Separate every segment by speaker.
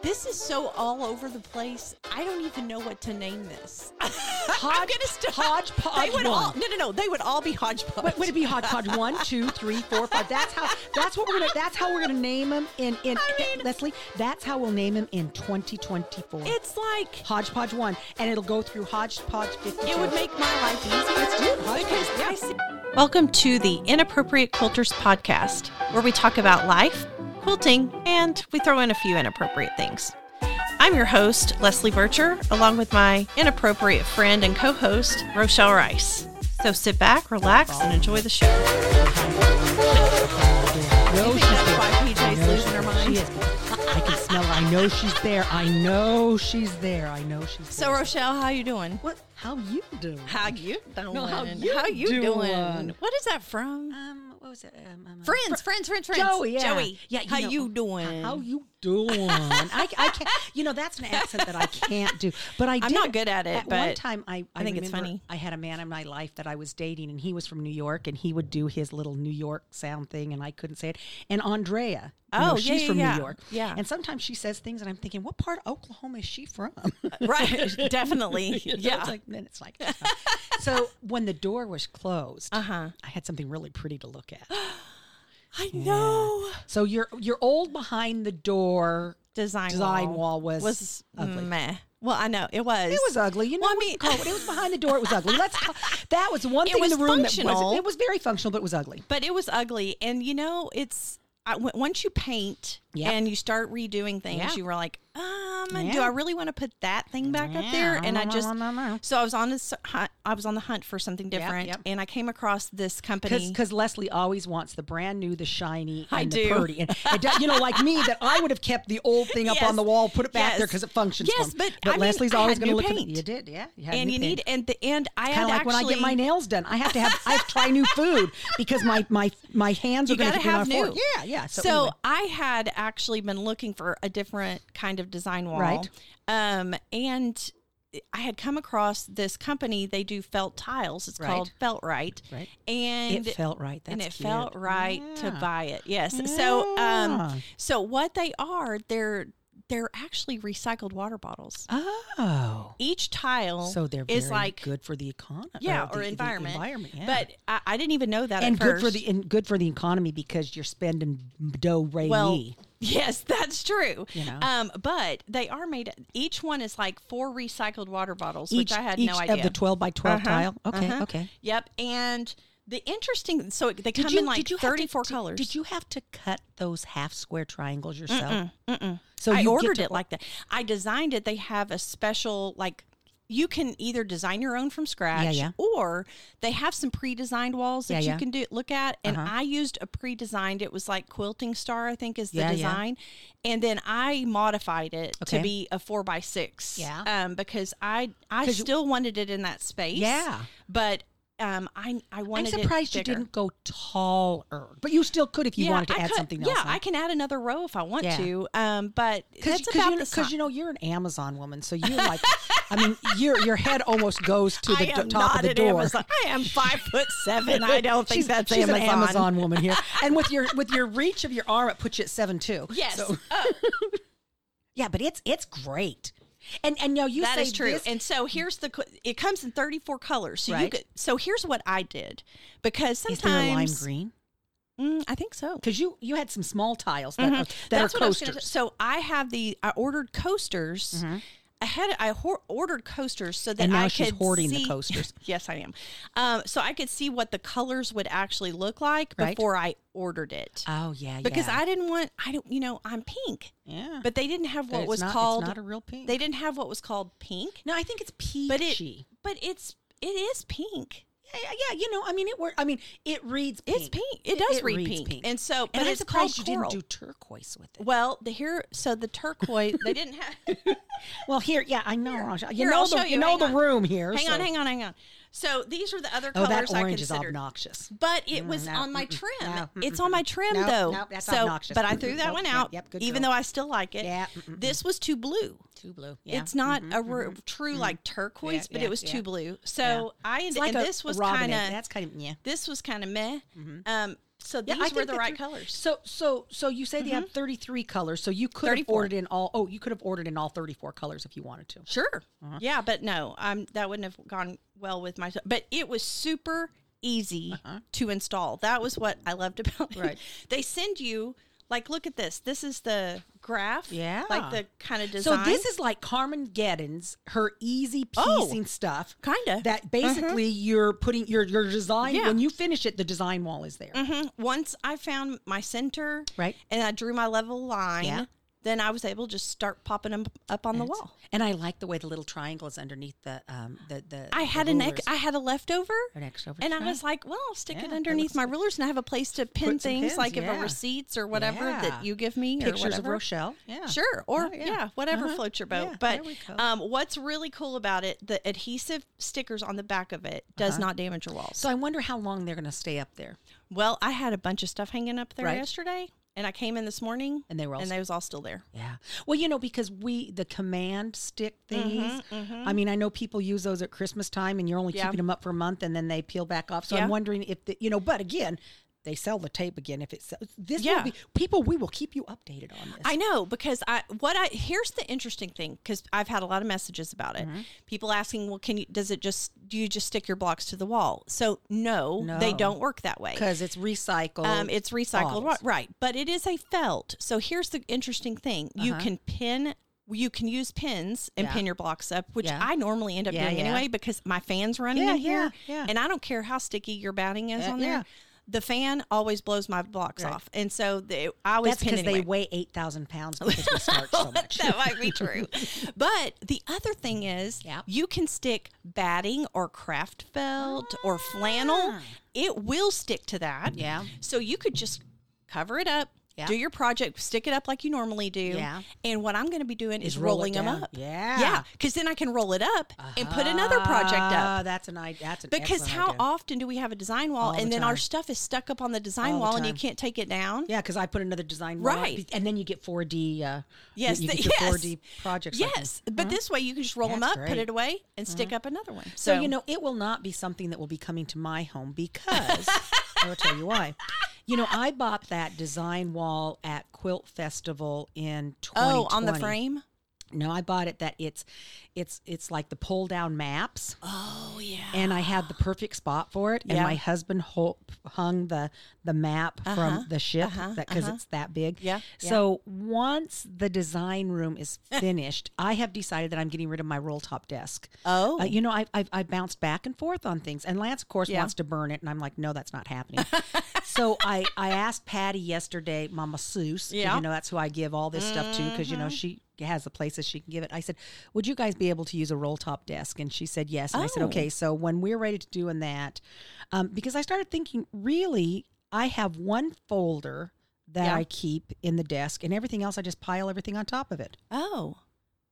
Speaker 1: This is so all over the place. I don't even know what to name this.
Speaker 2: I'm gonna stop. Hodgepodge
Speaker 1: They would
Speaker 2: one.
Speaker 1: all no no no. They would all be hodgepodge.
Speaker 2: Wait, would it be hodgepodge one, two, three, four, five? That's how. That's what we're gonna. That's how we're gonna name them in in Leslie. That's how we'll name them in 2024.
Speaker 1: it's like
Speaker 2: hodgepodge one, and it'll go through hodgepodge 52.
Speaker 1: it would make my life easier.
Speaker 2: do hodgepodge.
Speaker 1: Because I
Speaker 2: Yeah.
Speaker 1: see- Welcome to the Inappropriate Quilters podcast, where we talk about life, quilting, and we throw in a few inappropriate things. I'm your host, Leslie Bircher, along with my inappropriate friend and co host, Rochelle Rice. So sit back, relax, and enjoy the show.
Speaker 2: No,
Speaker 1: think
Speaker 2: she's
Speaker 1: that's
Speaker 2: there.
Speaker 1: why PJ's
Speaker 2: I know
Speaker 1: losing
Speaker 2: she's
Speaker 1: her
Speaker 2: there.
Speaker 1: mind?
Speaker 2: She is. I can smell. it. I know she's there. I know she's there. I know she's.
Speaker 1: So,
Speaker 2: there.
Speaker 1: Rochelle, how you doing?
Speaker 2: what? How you doing?
Speaker 1: How you doing?
Speaker 2: No, how you doing? Uh,
Speaker 1: What is that from?
Speaker 3: Um, what was it? Um, um, um,
Speaker 1: friends, friends, friends, friends.
Speaker 2: Joey, yeah.
Speaker 1: Joey,
Speaker 2: Yeah,
Speaker 1: how
Speaker 2: know,
Speaker 1: you
Speaker 2: h-
Speaker 1: doing?
Speaker 2: How you doing? I, I can't. You know, that's an accent that I can't do. But I
Speaker 1: I'm
Speaker 2: did-
Speaker 1: not good at it,
Speaker 2: At one
Speaker 1: but
Speaker 2: time, I, I,
Speaker 1: think it's
Speaker 2: remember
Speaker 1: funny.
Speaker 2: I had a man in my life that I was dating, and he was from New York, and he would do his little New York sound thing, and I couldn't say it. And Andrea, you know,
Speaker 1: Oh, yeah,
Speaker 2: she's
Speaker 1: yeah,
Speaker 2: from
Speaker 1: yeah.
Speaker 2: New York,
Speaker 1: Yeah.
Speaker 2: And sometimes she says things, and I'm thinking, what part of Oklahoma is she from?
Speaker 1: right, definitely.
Speaker 2: You know,
Speaker 1: yeah.
Speaker 2: it's like then it's like. so when the door was closed,
Speaker 1: Uh-huh.
Speaker 2: I had something really pretty to look at.
Speaker 1: I know.
Speaker 2: So your your old behind the door
Speaker 1: Design
Speaker 2: design
Speaker 1: wall,
Speaker 2: wall was
Speaker 1: was
Speaker 2: ugly.
Speaker 1: meh. Well, I know it was.
Speaker 2: It was ugly. You know,
Speaker 1: Well, I
Speaker 2: we
Speaker 1: mean-
Speaker 2: can call it. what it was behind the door. It was ugly. Let's. Call, that was one
Speaker 1: It
Speaker 2: thing
Speaker 1: was
Speaker 2: in the room that
Speaker 1: functional.
Speaker 2: was. It was very functional, but it was ugly.
Speaker 1: but it was ugly, and you know, it's I, w- once you paint
Speaker 2: Yep.
Speaker 1: and you start redoing things,
Speaker 2: Yeah.
Speaker 1: you were like, um, do
Speaker 2: Yeah.
Speaker 1: I really want to put that thing back up there?
Speaker 2: Yeah.
Speaker 1: And I just
Speaker 2: Mm-mm-mm-mm.
Speaker 1: so I was on this hunt. I was on the hunt for something different,
Speaker 2: yep.
Speaker 1: and I came across this company.
Speaker 2: Because Leslie always wants the brand new, the shiny, and
Speaker 1: I
Speaker 2: the
Speaker 1: do.
Speaker 2: pretty, and it does- you know, like me, that I would have kept the old thing up
Speaker 1: Yes.
Speaker 2: on the wall, put it back there
Speaker 1: Yes.
Speaker 2: because it functions.
Speaker 1: Yes,
Speaker 2: for me.
Speaker 1: but, I mean,
Speaker 2: Leslie's
Speaker 1: I had
Speaker 2: always
Speaker 1: new
Speaker 2: going to look at it.
Speaker 1: paint.
Speaker 2: You did, yeah. had
Speaker 1: and
Speaker 2: new
Speaker 1: you
Speaker 2: paint.
Speaker 1: need and the and I
Speaker 2: kind
Speaker 1: had
Speaker 2: of like
Speaker 1: actually
Speaker 2: when I get my nails done. I have to have I have to try new food because my my my hands are
Speaker 1: you
Speaker 2: going
Speaker 1: got
Speaker 2: to
Speaker 1: to have new.
Speaker 2: Yeah, yeah.
Speaker 1: So,
Speaker 2: anyway.
Speaker 1: I had actually been looking for a different kind of design wall.
Speaker 2: Right.
Speaker 1: Um, and I had come across this company. They do felt tiles. It's called Felt Right.
Speaker 2: Right.
Speaker 1: And
Speaker 2: it felt right. That's
Speaker 1: and it
Speaker 2: cute.
Speaker 1: felt right to
Speaker 2: Yeah.
Speaker 1: buy it. Yes. So
Speaker 2: Yeah.
Speaker 1: um so what they are, they're they're actually recycled water bottles.
Speaker 2: Oh,
Speaker 1: Each tile
Speaker 2: so they're very
Speaker 1: is like
Speaker 2: good for the economy.
Speaker 1: yeah,
Speaker 2: the- e-,
Speaker 1: or
Speaker 2: the
Speaker 1: environment.
Speaker 2: environment, yeah.
Speaker 1: But I, I didn't even know that.
Speaker 2: and
Speaker 1: at
Speaker 2: good for
Speaker 1: first.
Speaker 2: the and good for the economy because you're spending do re mi.
Speaker 1: yes, that's true.
Speaker 2: E. You know?
Speaker 1: Um, but they are made. Each one is like four recycled water bottles, which
Speaker 2: Each
Speaker 1: I had
Speaker 2: each
Speaker 1: no idea.
Speaker 2: of the twelve by 12
Speaker 1: Uh-huh,
Speaker 2: tile. Okay,
Speaker 1: uh-huh.
Speaker 2: okay.
Speaker 1: Yep. And the interesting, so it- they come in like
Speaker 2: have to-
Speaker 1: thirty-four
Speaker 2: did-
Speaker 1: colors.
Speaker 2: Did you have to cut those half square triangles yourself? So
Speaker 1: So I
Speaker 2: you get
Speaker 1: ordered
Speaker 2: to-
Speaker 1: it like that. I designed it. They have a special like. You can either design your own from scratch,
Speaker 2: yeah.
Speaker 1: or they have some pre-designed walls that
Speaker 2: Yeah, Uh-huh.
Speaker 1: you
Speaker 2: yeah.
Speaker 1: can do look at. And I used a pre-designed. It was like Quilting Star, I think, is the
Speaker 2: Yeah, yeah.
Speaker 1: design, and then I modified it to
Speaker 2: Okay.
Speaker 1: be a four by six.
Speaker 2: Yeah.
Speaker 1: um, because I I
Speaker 2: 'Cause you-
Speaker 1: still wanted it in that space.
Speaker 2: Yeah.
Speaker 1: but um, I I
Speaker 2: I'm
Speaker 1: wanted. it
Speaker 2: surprised you
Speaker 1: bigger.
Speaker 2: didn't go taller, but you still could if you wanted to
Speaker 1: I
Speaker 2: add
Speaker 1: could-
Speaker 2: something
Speaker 1: Yeah,
Speaker 2: else.
Speaker 1: I can add another row if I want
Speaker 2: Yeah.
Speaker 1: to. Um, but that's about
Speaker 2: you,
Speaker 1: the
Speaker 2: because
Speaker 1: size.
Speaker 2: you know you're an Amazon woman, so you're like, I mean, your your head almost goes to the
Speaker 1: I
Speaker 2: d-
Speaker 1: am
Speaker 2: top
Speaker 1: not
Speaker 2: of the
Speaker 1: an
Speaker 2: door.
Speaker 1: Amazon. I am five foot seven. I don't think
Speaker 2: she's,
Speaker 1: that's
Speaker 2: she's
Speaker 1: Amazon.
Speaker 2: an Amazon woman here, and with your with your reach of your arm, it puts you at seven two.
Speaker 1: Yes, Uh,
Speaker 2: So- yeah, but it's it's great, and and now you
Speaker 1: that
Speaker 2: say
Speaker 1: is true.
Speaker 2: this-
Speaker 1: and so here's the. co- It comes in thirty four colors. So you
Speaker 2: Right.
Speaker 1: could. So here's what I did because
Speaker 2: is there a lime
Speaker 1: sometimes
Speaker 2: green?
Speaker 1: Mm, I think so.
Speaker 2: Because you you had some small tiles that are, that
Speaker 1: Mm-hmm. That's
Speaker 2: are
Speaker 1: what I was gonna-
Speaker 2: coasters. Mm-hmm.
Speaker 1: so I have the. I ordered coasters. I had I hor- ordered coasters so that
Speaker 2: And now
Speaker 1: I
Speaker 2: she's
Speaker 1: could
Speaker 2: hoarding the
Speaker 1: see-
Speaker 2: coasters.
Speaker 1: yes, I am. Um, so I could see what the colors would actually look like
Speaker 2: Right.
Speaker 1: before I ordered it.
Speaker 2: Oh yeah,
Speaker 1: because
Speaker 2: yeah.
Speaker 1: I didn't want I don't you know I'm pink,
Speaker 2: yeah.
Speaker 1: but they didn't have what
Speaker 2: it's
Speaker 1: was
Speaker 2: not- it's
Speaker 1: called
Speaker 2: not a real pink.
Speaker 1: They didn't have what was called pink,
Speaker 2: no, I think it's peachy.
Speaker 1: but it but it's it is pink.
Speaker 2: Yeah, yeah, yeah, you know, I mean, it work. I mean, it reads. Pink.
Speaker 1: It's pink. It does read
Speaker 2: reads
Speaker 1: pink. And so- but
Speaker 2: I'm
Speaker 1: it's
Speaker 2: surprised
Speaker 1: called
Speaker 2: you
Speaker 1: coral.
Speaker 2: didn't do turquoise with it.
Speaker 1: Well, the here so the turquoise they didn't have.
Speaker 2: Well, here, yeah, I know. I'll show- you
Speaker 1: Here,
Speaker 2: know
Speaker 1: I'll
Speaker 2: the
Speaker 1: show
Speaker 2: you,
Speaker 1: you.
Speaker 2: know
Speaker 1: Hang
Speaker 2: the
Speaker 1: on.
Speaker 2: room here.
Speaker 1: hang on,
Speaker 2: so-
Speaker 1: hang on, hang on. So these are the other
Speaker 2: Oh,
Speaker 1: colors
Speaker 2: that
Speaker 1: I
Speaker 2: orange is
Speaker 1: considered.
Speaker 2: obnoxious.
Speaker 1: But it
Speaker 2: Mm,
Speaker 1: was
Speaker 2: no,
Speaker 1: on my
Speaker 2: mm-mm,
Speaker 1: trim.
Speaker 2: no,
Speaker 1: it's on my trim
Speaker 2: Nope,
Speaker 1: though.
Speaker 2: nope, that's
Speaker 1: so,
Speaker 2: obnoxious.
Speaker 1: But I
Speaker 2: Mm-mm,
Speaker 1: threw that
Speaker 2: nope,
Speaker 1: one
Speaker 2: yep,
Speaker 1: out,
Speaker 2: yep, good
Speaker 1: even
Speaker 2: girl.
Speaker 1: though I still like it.
Speaker 2: Yeah, mm-mm.
Speaker 1: This was too blue.
Speaker 2: Too blue.
Speaker 1: It's not a r- true like turquoise,
Speaker 2: Yeah,
Speaker 1: but
Speaker 2: yeah,
Speaker 1: it was
Speaker 2: yeah.
Speaker 1: too blue. So I ended, and this was
Speaker 2: Robin
Speaker 1: kind
Speaker 2: Egg.
Speaker 1: of
Speaker 2: That's kind of yeah.
Speaker 1: this was kind of meh. Um, So
Speaker 2: Mm-hmm. Yeah,
Speaker 1: these
Speaker 2: I
Speaker 1: were
Speaker 2: think
Speaker 1: the
Speaker 2: that
Speaker 1: right
Speaker 2: they're-
Speaker 1: colors. Mm-hmm.
Speaker 2: So, so, so you say they have 33 colors. So you could have
Speaker 1: 34.
Speaker 2: ordered in all. Oh, you could have ordered in all 34 colors if you wanted to.
Speaker 1: Sure. Yeah, but no, um, that wouldn't have gone well with my. But it was super easy to install. That was what I loved about it.
Speaker 2: Uh-huh. Right.
Speaker 1: they send you like, look at this. This is the graph.
Speaker 2: Yeah.
Speaker 1: Like the kind of
Speaker 2: So
Speaker 1: design.
Speaker 2: this is like Carmen Geddon's her easy
Speaker 1: Oh.
Speaker 2: piecing stuff.
Speaker 1: Kinda.
Speaker 2: that basically you're putting your your design
Speaker 1: Yeah.
Speaker 2: when you finish it, the design wall is there.
Speaker 1: Mhm. Once I found my center,
Speaker 2: Right.
Speaker 1: and I drew my level line,
Speaker 2: Yeah.
Speaker 1: then I was able to just start popping them up on the
Speaker 2: That's-
Speaker 1: wall.
Speaker 2: And I like the way the little triangle is underneath the um the the.
Speaker 1: I
Speaker 2: the
Speaker 1: had an ex-
Speaker 2: rulers.
Speaker 1: I had a leftover,
Speaker 2: An extra over
Speaker 1: and I
Speaker 2: time.
Speaker 1: was like, "Well, I'll stick
Speaker 2: Yeah,
Speaker 1: it
Speaker 2: that
Speaker 1: underneath
Speaker 2: looks
Speaker 1: my rulers, and I have a place to pin
Speaker 2: Put some
Speaker 1: things,
Speaker 2: pins,
Speaker 1: like if it
Speaker 2: yeah.
Speaker 1: were receipts or whatever
Speaker 2: Yeah.
Speaker 1: that you give me,
Speaker 2: pictures
Speaker 1: or
Speaker 2: of
Speaker 1: whatever.
Speaker 2: Rochelle. Yeah,
Speaker 1: Sure, or
Speaker 2: Oh,
Speaker 1: yeah. whatever floats your boat.
Speaker 2: Yeah,
Speaker 1: but
Speaker 2: there we go.
Speaker 1: um, what's really cool about it, the adhesive stickers on the back of it does
Speaker 2: Uh-huh.
Speaker 1: not damage your walls.
Speaker 2: so I wonder how long they're going to stay up there.
Speaker 1: well, I had a bunch of stuff hanging up there
Speaker 2: Right.
Speaker 1: yesterday, and I came in this morning,
Speaker 2: And they were all
Speaker 1: and
Speaker 2: still-
Speaker 1: they was all still there.
Speaker 2: Yeah. Well, you know, because we the command stick thingies. I mean, I know people use those at Christmas time, and you're only
Speaker 1: Mm-hmm, Yeah.
Speaker 2: keeping them up for a month, and then they peel back off. So
Speaker 1: Yeah.
Speaker 2: I'm wondering if the, you know. But again, they sell the tape again. If it's this,
Speaker 1: Yeah.
Speaker 2: will be, people, we will keep you updated on this.
Speaker 1: I know because I what I here's the interesting thing because I've had a lot of messages about it.
Speaker 2: Mm-hmm.
Speaker 1: People asking, well, can you? Does it just do you just stick your blocks to the wall? So no, they
Speaker 2: No.
Speaker 1: don't work that way.
Speaker 2: because it's recycled.
Speaker 1: Um, it's recycled,
Speaker 2: bottles.
Speaker 1: ri- right? But it is a felt. So here's the interesting thing: you can pin. You can use pins and
Speaker 2: Uh-huh. Yeah.
Speaker 1: pin your blocks up, which
Speaker 2: Yeah.
Speaker 1: I normally end up
Speaker 2: Yeah,
Speaker 1: doing
Speaker 2: yeah.
Speaker 1: anyway because my fan's running
Speaker 2: Yeah,
Speaker 1: in here,
Speaker 2: yeah, yeah.
Speaker 1: and I don't care how sticky your batting is
Speaker 2: Yeah,
Speaker 1: on there.
Speaker 2: yeah.
Speaker 1: The fan always blows my blocks off, and so they, I always
Speaker 2: That's
Speaker 1: pin
Speaker 2: because
Speaker 1: anyway.
Speaker 2: they weigh eight thousand pounds because we start so much.
Speaker 1: that might be true. But the other thing is,
Speaker 2: Yeah.
Speaker 1: you can stick batting or craft felt or flannel. It will stick to that.
Speaker 2: Ah. Yeah.
Speaker 1: So you could just cover it up.
Speaker 2: Yeah.
Speaker 1: Do your project, stick it up like you normally do.
Speaker 2: Yeah.
Speaker 1: And what I'm going to be doing is,
Speaker 2: Just roll it
Speaker 1: rolling them
Speaker 2: down.
Speaker 1: up.
Speaker 2: Yeah.
Speaker 1: Yeah. Because then I can roll it up and put another project up.
Speaker 2: Ah, that's an idea. That's an
Speaker 1: Because
Speaker 2: excellent
Speaker 1: how
Speaker 2: idea.
Speaker 1: often do we have a design wall
Speaker 2: the
Speaker 1: and then our
Speaker 2: time.
Speaker 1: stuff is stuck up on the design
Speaker 2: All the
Speaker 1: wall and you
Speaker 2: time.
Speaker 1: can't take it down?
Speaker 2: Yeah, because I put another design roll up,
Speaker 1: Right.
Speaker 2: be- and then you get 4D. Uh,
Speaker 1: Yes,
Speaker 2: you, you
Speaker 1: the-
Speaker 2: get your
Speaker 1: yes.
Speaker 2: 4D projects. like
Speaker 1: Yes, but this way you can just roll them
Speaker 2: That's
Speaker 1: up, put
Speaker 2: great. Mm-hmm.
Speaker 1: it away, and stick up another one.
Speaker 2: So, you know, it will not be something that will be coming to my home because I will tell you why. You know, I bought that design wall at Quilt Festival in 2020.
Speaker 1: oh, on the frame.
Speaker 2: No, I bought it that it's it's it's like the pull down maps.
Speaker 1: Oh yeah.
Speaker 2: and I had the perfect spot for it. And
Speaker 1: Yeah.
Speaker 2: my husband ho- hung the the map from the ship because it's that big.
Speaker 1: Uh-huh. Yeah, yeah.
Speaker 2: So once the design room is finished, I have decided that I'm getting rid of my roll top desk.
Speaker 1: Oh.
Speaker 2: Uh, you know, I, I I bounced back and forth on things, and Lance, of course,
Speaker 1: Yeah.
Speaker 2: wants to burn it, and I'm like, no, that's not happening. so I I asked Patty yesterday, Mama Seuss. 'cause,
Speaker 1: Yeah. Mm-hmm.
Speaker 2: You know, that's who I give all this stuff to because you know she has the places she can give it. I said, would you guys be able to use a roll top desk? And she said yes. And I said,
Speaker 1: Oh.
Speaker 2: okay. So when we're ready to doing that, um, because I started thinking, really, I have one folder that
Speaker 1: Yeah.
Speaker 2: I keep in the desk, and everything else I just pile everything on top of it.
Speaker 1: oh.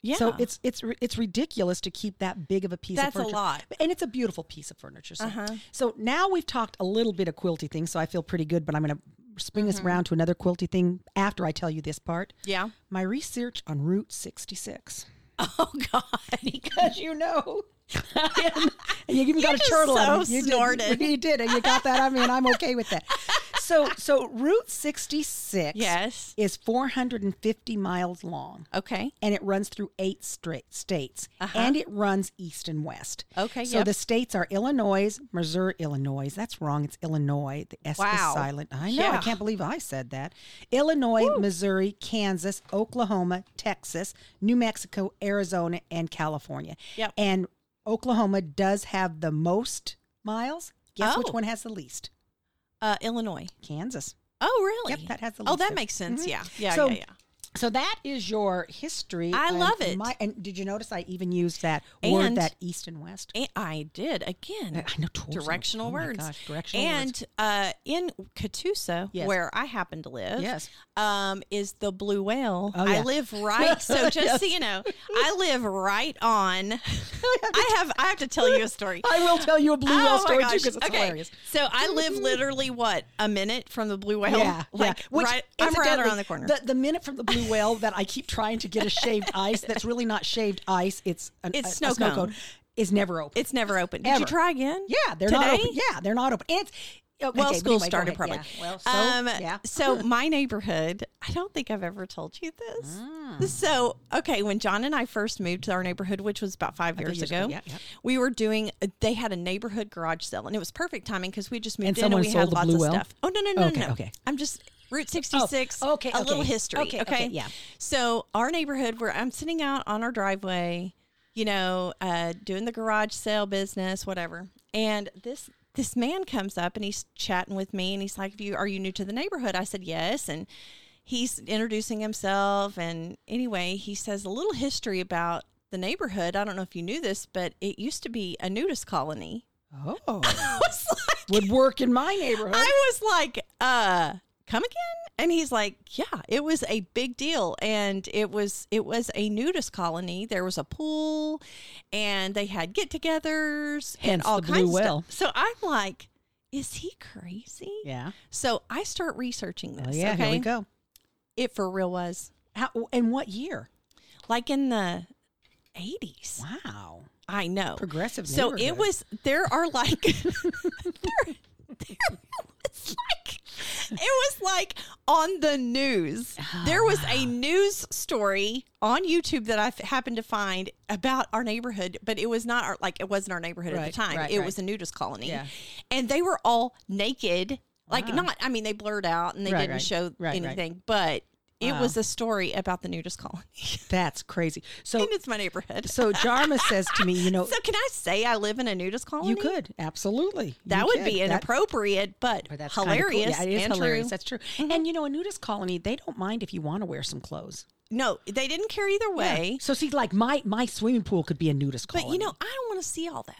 Speaker 1: Yeah.
Speaker 2: So it's it's ri- it's ridiculous to keep that big of a piece.
Speaker 1: That's
Speaker 2: of
Speaker 1: a
Speaker 2: furniture.
Speaker 1: lot. Uh-huh.
Speaker 2: and it's a beautiful piece of furniture. So, so now we've talked a little bit of quilty things, so I feel pretty good. But I'm going to spring this
Speaker 1: Mm-hmm.
Speaker 2: around to another quilty thing after I tell you this part.
Speaker 1: yeah.
Speaker 2: My research on Route 66.
Speaker 1: Oh God.
Speaker 2: Because you know. and you even got a
Speaker 1: just
Speaker 2: turtle
Speaker 1: so
Speaker 2: on it. You did.
Speaker 1: snorted.
Speaker 2: You did, and you got that on me, and I'm okay with that. So, so Route 66
Speaker 1: yes.
Speaker 2: is 450 miles long
Speaker 1: Okay.
Speaker 2: and it runs through eight straight states and it runs east and west.
Speaker 1: Uh-huh. Okay,
Speaker 2: So
Speaker 1: yep.
Speaker 2: the states are Illinois, Missouri, Illinois. That's wrong. It's Illinois. The S
Speaker 1: Wow.
Speaker 2: is silent. I know.
Speaker 1: Yeah.
Speaker 2: I can't believe I said that. Illinois, Missouri, Kansas, Oklahoma, Texas, New Mexico, Arizona, and California.
Speaker 1: Yep.
Speaker 2: And Oklahoma does have the most miles. Guess
Speaker 1: Oh.
Speaker 2: which one has the least?
Speaker 1: Uh, Illinois.
Speaker 2: Kansas.
Speaker 1: Oh really?
Speaker 2: Yep, that has the
Speaker 1: Oh,
Speaker 2: least
Speaker 1: that
Speaker 2: of-
Speaker 1: makes sense. Yeah. Yeah.
Speaker 2: Mm-hmm. So-
Speaker 1: yeah. Yeah.
Speaker 2: So that is your history.
Speaker 1: I
Speaker 2: and
Speaker 1: love it.
Speaker 2: My, and did you notice I even used that word
Speaker 1: And-
Speaker 2: that east and west?
Speaker 1: And I did again.
Speaker 2: I know tourism.
Speaker 1: Directional
Speaker 2: Uh, Oh my
Speaker 1: words.
Speaker 2: gosh, directional
Speaker 1: and,
Speaker 2: words.
Speaker 1: uh, in Catoosa,
Speaker 2: Yes.
Speaker 1: where I happen to live,
Speaker 2: Yes.
Speaker 1: um, is the Blue Whale.
Speaker 2: Oh,
Speaker 1: I
Speaker 2: yeah.
Speaker 1: live right. So just so you know, I live right on. I have. I have to tell you a story.
Speaker 2: I will tell you a blue whale
Speaker 1: Oh my
Speaker 2: story too
Speaker 1: gosh.
Speaker 2: because it's
Speaker 1: okay.
Speaker 2: hilarious.
Speaker 1: So I live literally what a minute from the blue whale.
Speaker 2: Yeah,
Speaker 1: like
Speaker 2: yeah. Which,
Speaker 1: right. I'm right
Speaker 2: incidentally,
Speaker 1: around the corner.
Speaker 2: The, the minute from the blue whale that I keep trying to get a shaved ice that's really not shaved ice. It's an,
Speaker 1: It's
Speaker 2: a, a
Speaker 1: snow
Speaker 2: snow
Speaker 1: cone.
Speaker 2: cone. Is never open.
Speaker 1: it's never open. Did you
Speaker 2: Ever.
Speaker 1: try again?
Speaker 2: yeah, they're
Speaker 1: today.
Speaker 2: not open. Yeah, they're not open. And it's Oh,
Speaker 1: well,
Speaker 2: okay, but
Speaker 1: school
Speaker 2: anyway, go
Speaker 1: started
Speaker 2: ahead.
Speaker 1: probably.
Speaker 2: Yeah, Well, so
Speaker 1: um,
Speaker 2: yeah.
Speaker 1: so my neighborhood, I don't think I've ever told you this.
Speaker 2: Mm.
Speaker 1: So, okay, when John and I first moved to our neighborhood, which was about five
Speaker 2: Couple
Speaker 1: years,
Speaker 2: years
Speaker 1: ago,
Speaker 2: ago, yeah, yeah.
Speaker 1: we were doing, uh, they had a neighborhood garage sale, and it was perfect timing because we just moved
Speaker 2: And
Speaker 1: in and
Speaker 2: someone
Speaker 1: we had
Speaker 2: sold a
Speaker 1: lots
Speaker 2: blue
Speaker 1: of
Speaker 2: well?
Speaker 1: stuff. Oh, no, no, no,
Speaker 2: Okay,
Speaker 1: no.
Speaker 2: okay.
Speaker 1: I'm just, Route 66,
Speaker 2: Oh, okay,
Speaker 1: a little
Speaker 2: okay.
Speaker 1: history.
Speaker 2: Okay, okay, yeah.
Speaker 1: So, our neighborhood where I'm sitting out on our driveway, you know, uh, doing the garage sale business, whatever. And this this man comes up and he's chatting with me and he's like, "If you are you new to the neighborhood?" I said, "Yes." And he's introducing himself and anyway, he says a little history about the neighborhood. I don't know if you knew this, but it used to be a nudist colony.
Speaker 2: Oh,
Speaker 1: I was like,
Speaker 2: would work in my neighborhood.
Speaker 1: I was like, uh, come again? And he's like, yeah, it was a big deal. And it was it was a nudist colony. There was a pool and they had get togethers and
Speaker 2: Hence
Speaker 1: all
Speaker 2: the
Speaker 1: kinds
Speaker 2: blue
Speaker 1: of
Speaker 2: whale.
Speaker 1: stuff. So I'm like, is he crazy?
Speaker 2: yeah.
Speaker 1: So I start researching this.
Speaker 2: Well, yeah.
Speaker 1: okay.
Speaker 2: Here we go.
Speaker 1: It for real was
Speaker 2: How, and what year?
Speaker 1: like in the 80s.
Speaker 2: Wow.
Speaker 1: I know.
Speaker 2: Progressive.
Speaker 1: So it
Speaker 2: neighborhood.
Speaker 1: was. There are like. there, there was like. It was like on the news. There was
Speaker 2: Ah.
Speaker 1: a news story on YouTube that I f- happened to find about our neighborhood, but it was not our like it wasn't our neighborhood at
Speaker 2: Right,
Speaker 1: the time.
Speaker 2: right,
Speaker 1: it
Speaker 2: right.
Speaker 1: was a nudist colony,
Speaker 2: Yeah.
Speaker 1: and they were all naked. Like
Speaker 2: Wow.
Speaker 1: not. I mean, they blurred out and they
Speaker 2: Right,
Speaker 1: didn't
Speaker 2: right,
Speaker 1: show
Speaker 2: right, right.
Speaker 1: anything, but. It
Speaker 2: Wow.
Speaker 1: was a story about the nudist colony,
Speaker 2: That's crazy. So
Speaker 1: and it's my neighborhood. So,
Speaker 2: so Jarma says to me, you know,
Speaker 1: can I say I live in a nudist colony?
Speaker 2: you could absolutely.
Speaker 1: That
Speaker 2: You
Speaker 1: would
Speaker 2: could.
Speaker 1: be
Speaker 2: That-
Speaker 1: inappropriate, but,
Speaker 2: but that's kinda cool.
Speaker 1: hilarious
Speaker 2: Yeah, it is
Speaker 1: and true.
Speaker 2: hilarious.
Speaker 1: Mm-hmm.
Speaker 2: That's true. And you know, a nudist colony, they don't mind if you want to wear some clothes.
Speaker 1: No, they didn't care either
Speaker 2: Yeah.
Speaker 1: way.
Speaker 2: So see, like my my swimming pool could be a nudist
Speaker 1: But
Speaker 2: colony.
Speaker 1: you know, I don't want to see all that.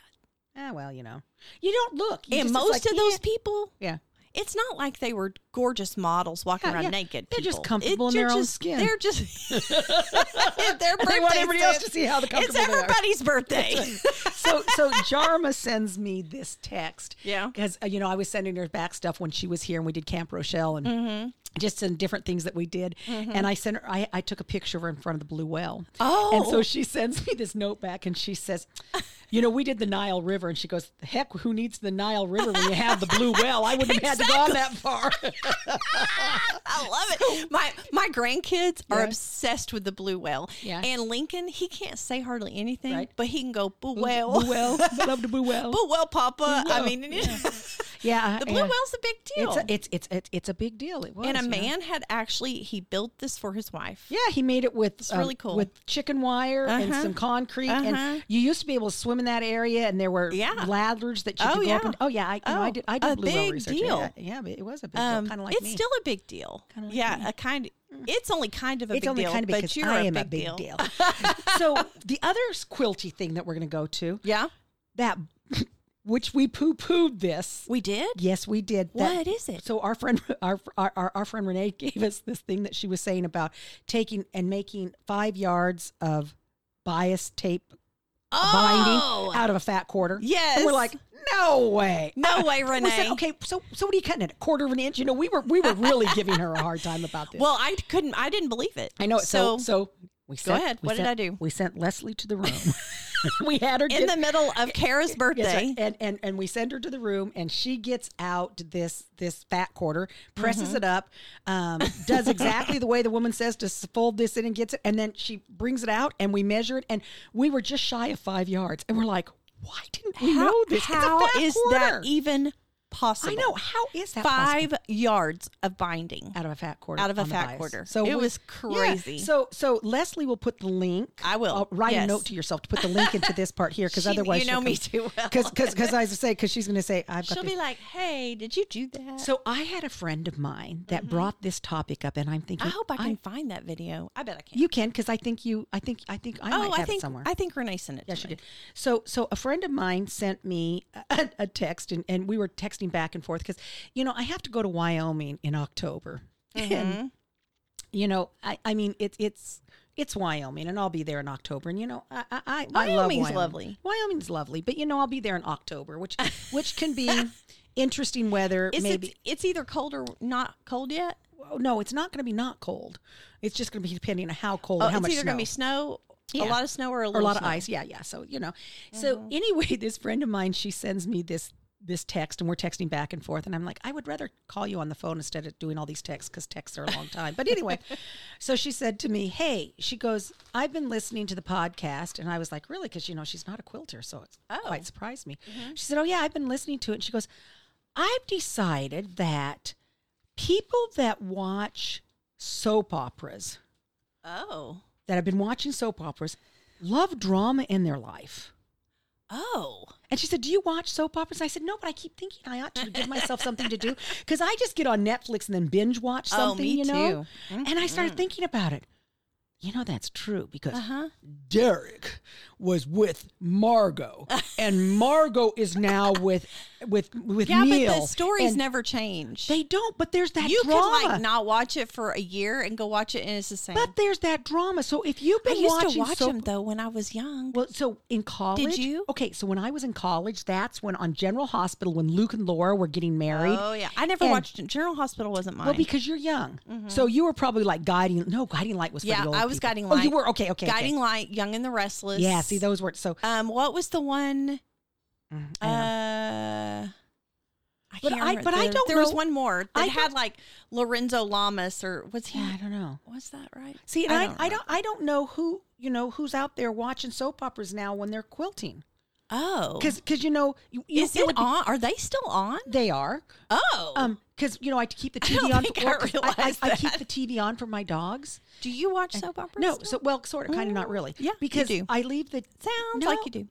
Speaker 2: ah, well, you know, you don't look. You
Speaker 1: and
Speaker 2: just- it's
Speaker 1: most
Speaker 2: like,
Speaker 1: of those
Speaker 2: eh.
Speaker 1: people,
Speaker 2: yeah,
Speaker 1: it's not like they were gorgeous models walking
Speaker 2: Yeah,
Speaker 1: around
Speaker 2: yeah.
Speaker 1: naked.
Speaker 2: They're just
Speaker 1: people.
Speaker 2: comfortable in
Speaker 1: they're
Speaker 2: their own
Speaker 1: just-
Speaker 2: skin.
Speaker 1: They're just their birthday.
Speaker 2: they want everybody else
Speaker 1: suits.
Speaker 2: to see how the
Speaker 1: It's
Speaker 2: comfortable they are.
Speaker 1: everybody's birthday.
Speaker 2: so so Jarma sends me this text.
Speaker 1: Yeah.
Speaker 2: Because, you know, I was sending her back stuff when she was here and we did Camp Rochelle and
Speaker 1: Mm-hmm.
Speaker 2: just some different things that we did. And I sent her, I, I took a picture of her in front of the Blue Well.
Speaker 1: Oh.
Speaker 2: And so she sends me this note back and she says, you know, we did the Nile River. And she goes, heck, who needs the Nile River when you have the Blue Well? I wouldn't have had to go on that far.
Speaker 1: I love it. My my grandkids are
Speaker 2: Yeah.
Speaker 1: obsessed with the blue whale.
Speaker 2: Yeah.
Speaker 1: And Lincoln, he can't say hardly anything,
Speaker 2: Right.
Speaker 1: but he can go blue
Speaker 2: Blue
Speaker 1: whale,
Speaker 2: Well. I love the Blue Well.
Speaker 1: blue whale, Papa. I
Speaker 2: whale.
Speaker 1: mean,
Speaker 2: yeah.
Speaker 1: The blue
Speaker 2: yeah.
Speaker 1: whale's a big deal.
Speaker 2: It's a, it's, it's, it's, it's a big deal. It was.
Speaker 1: and a
Speaker 2: you know?
Speaker 1: man had actually he built this for his wife.
Speaker 2: Yeah, he made it with uh,
Speaker 1: really cool.
Speaker 2: with chicken wire and
Speaker 1: Uh-huh.
Speaker 2: some concrete,
Speaker 1: Uh-huh.
Speaker 2: and you used to be able to swim in that area, and there were
Speaker 1: Yeah.
Speaker 2: ladders that you
Speaker 1: Oh,
Speaker 2: could go
Speaker 1: yeah.
Speaker 2: up and. Oh yeah, I, you know, I
Speaker 1: Oh,
Speaker 2: did. I
Speaker 1: a
Speaker 2: did blue whale
Speaker 1: big
Speaker 2: research.
Speaker 1: deal.
Speaker 2: Yeah, yeah, but it was a big
Speaker 1: Um,
Speaker 2: deal, kind of like
Speaker 1: it's
Speaker 2: me.
Speaker 1: still a big deal.
Speaker 2: Kinda like
Speaker 1: yeah,
Speaker 2: me. Mm.
Speaker 1: a kind. It's only kind of a
Speaker 2: it's
Speaker 1: big
Speaker 2: only
Speaker 1: deal,
Speaker 2: kind of big
Speaker 1: but
Speaker 2: 'cause
Speaker 1: you're
Speaker 2: I
Speaker 1: a
Speaker 2: am
Speaker 1: big,
Speaker 2: a big
Speaker 1: deal.
Speaker 2: deal. so the other s- quilty thing that we're going to go to
Speaker 1: Yeah,
Speaker 2: that which we poo pooed this.
Speaker 1: we did.
Speaker 2: Yes, we did. That,
Speaker 1: What is it?
Speaker 2: So our friend, our, our our- our friend Renee gave us this thing that she was saying about taking and making five yards of bias tape
Speaker 1: Oh,
Speaker 2: binding Uh, out of a fat quarter.
Speaker 1: Yes.
Speaker 2: and we're like, no way.
Speaker 1: no way,
Speaker 2: And
Speaker 1: Renee.
Speaker 2: uh, we said, okay, so so what are you cutting it? A quarter of an inch? You know, we were we were really giving her a hard time about this.
Speaker 1: Well, I couldn't. I didn't believe it.
Speaker 2: I know. it. So
Speaker 1: So,
Speaker 2: so we sent,
Speaker 1: ahead.
Speaker 2: we
Speaker 1: What did
Speaker 2: sent-
Speaker 1: I do?
Speaker 2: We sent Leslie to the room. we had her
Speaker 1: in the middle of Kara's birthday,
Speaker 2: Yes, right. and, and and we send her to the room, and she gets out this this fat quarter, presses
Speaker 1: Mm-hmm.
Speaker 2: it up, um, does exactly the way the woman says to s- fold this in and gets it, and then she brings it out, and we measure it, and we were just shy of five yards, and we're like, why didn't we
Speaker 1: how,
Speaker 2: know this? It's a
Speaker 1: how
Speaker 2: fat
Speaker 1: is
Speaker 2: quarter."
Speaker 1: that even possible?
Speaker 2: I know. How is that possible?
Speaker 1: Five yards of binding.
Speaker 2: out of a fat quarter?
Speaker 1: Out of a
Speaker 2: on the
Speaker 1: fat
Speaker 2: bias?
Speaker 1: quarter.
Speaker 2: So
Speaker 1: It
Speaker 2: we-
Speaker 1: was crazy.
Speaker 2: Yeah. So so Leslie will put the link.
Speaker 1: I will.
Speaker 2: I'll write
Speaker 1: Yes.
Speaker 2: a note to yourself to put the link into this part here because
Speaker 1: She-
Speaker 2: otherwise
Speaker 1: you know
Speaker 2: she'll
Speaker 1: me too
Speaker 2: come-
Speaker 1: well.
Speaker 2: Because because I was say because she's going to say I've got
Speaker 1: She'll
Speaker 2: this
Speaker 1: be like, "Hey, did you do that?"
Speaker 2: So I had a friend of mine that
Speaker 1: Mm-hmm.
Speaker 2: brought this topic up, and I'm thinking,
Speaker 1: I hope I can find that video. I bet I can.
Speaker 2: you can, because I think you, I think, I think I
Speaker 1: oh,
Speaker 2: might have
Speaker 1: I think
Speaker 2: it somewhere.
Speaker 1: I think Renee sent it.
Speaker 2: yeah,
Speaker 1: to
Speaker 2: she
Speaker 1: me.
Speaker 2: did. So, so a friend of mine sent me a, a text, and, and we were texting back and forth because, you know, I have to go to Wyoming in October,
Speaker 1: Mm-hmm.
Speaker 2: and you know, I, I mean, it's it's it's Wyoming, and I'll be there in October, and you know, I I, I, I love
Speaker 1: Wyoming's
Speaker 2: Wyoming.
Speaker 1: lovely.
Speaker 2: Wyoming's lovely, but you know, I'll be there in October, which which can be interesting weather.
Speaker 1: Is
Speaker 2: maybe
Speaker 1: it? It's either cold or not cold yet.
Speaker 2: Oh, no, it's not going to be not cold. It's just going to be depending on how cold
Speaker 1: Oh,
Speaker 2: and how
Speaker 1: it's
Speaker 2: much
Speaker 1: either
Speaker 2: snow.
Speaker 1: going to be snow,
Speaker 2: Yeah.
Speaker 1: a lot of snow, or a,
Speaker 2: or a
Speaker 1: little
Speaker 2: lot of
Speaker 1: snow.
Speaker 2: ice. Yeah, yeah. So, you know. So anyway, this friend of mine, she sends me this this text and we're texting back and forth and I'm like I would rather call you on the phone instead of doing all these texts cuz texts are a long time. But anyway, so she said to me, "Hey, she goes, I've been listening to the podcast." And I was like, "Really?" cuz you know she's not a quilter, so it quite surprised me. She said, "Oh yeah, I've been listening to it." And she goes, "I've decided that people that watch soap operas
Speaker 1: Oh.
Speaker 2: that have been watching soap operas love drama in their life.
Speaker 1: Oh.
Speaker 2: And she said, Do you watch soap operas? I said, No, but I keep thinking I ought to give myself something to do because I just get on Netflix and then binge watch
Speaker 1: Oh,
Speaker 2: something,
Speaker 1: me
Speaker 2: you know?
Speaker 1: too.
Speaker 2: And I started thinking about it. You know, that's true because
Speaker 1: huh.
Speaker 2: Derek was with Margot and Margot is now with with with
Speaker 1: Yeah,
Speaker 2: Neil.
Speaker 1: but the stories
Speaker 2: and
Speaker 1: never change.
Speaker 2: They don't, but there's that
Speaker 1: you
Speaker 2: drama.
Speaker 1: can like not watch it for a year and go watch it, and it's the same.
Speaker 2: but there's that drama. So if you've
Speaker 1: I
Speaker 2: been
Speaker 1: used
Speaker 2: watching
Speaker 1: to watch
Speaker 2: soap
Speaker 1: them though when I was young.
Speaker 2: Well, so in college,
Speaker 1: you?
Speaker 2: Okay, so when I was in college, that's when on General Hospital, when Luke and Laura were getting married.
Speaker 1: oh yeah, I never
Speaker 2: And-
Speaker 1: watched it. General Hospital wasn't mine.
Speaker 2: Well, because you're young, so you were probably like guiding. No, guiding light was for
Speaker 1: Mm-hmm. yeah,
Speaker 2: the old
Speaker 1: I was
Speaker 2: people.
Speaker 1: guiding
Speaker 2: Oh,
Speaker 1: light.
Speaker 2: you were okay, okay, okay.
Speaker 1: guiding light, Young and the Restless.
Speaker 2: Yeah, see those weren't so.
Speaker 1: Um, what was the one?
Speaker 2: mm,
Speaker 1: Uh,
Speaker 2: I don't know.
Speaker 1: I
Speaker 2: But
Speaker 1: Uh, can't
Speaker 2: I-
Speaker 1: remember.
Speaker 2: but I
Speaker 1: There-
Speaker 2: don't
Speaker 1: There was
Speaker 2: know-
Speaker 1: one more that
Speaker 2: I
Speaker 1: had
Speaker 2: don't-
Speaker 1: like Lorenzo Lamas or was he?
Speaker 2: yeah, I don't know.
Speaker 1: Was that right?
Speaker 2: See, and I, I don't, I
Speaker 1: remember.
Speaker 2: don't, know who you know who's out there watching soap operas now when they're quilting
Speaker 1: Oh,
Speaker 2: because because you know you, you
Speaker 1: is
Speaker 2: it
Speaker 1: it
Speaker 2: would be-
Speaker 1: on? Are they still on?
Speaker 2: They are
Speaker 1: Oh,
Speaker 2: um because you know I keep the
Speaker 1: I
Speaker 2: TV
Speaker 1: don't
Speaker 2: on.
Speaker 1: think
Speaker 2: for-
Speaker 1: I
Speaker 2: or 'cause
Speaker 1: realized
Speaker 2: I, I keep
Speaker 1: that.
Speaker 2: the TV on for my dogs.
Speaker 1: do you watch soap operas?
Speaker 2: No,
Speaker 1: still?
Speaker 2: so well, sort of, kind of, not really.
Speaker 1: Oh, Yeah, you
Speaker 2: because
Speaker 1: do.
Speaker 2: I leave the
Speaker 1: sounds
Speaker 2: No,
Speaker 1: like you do.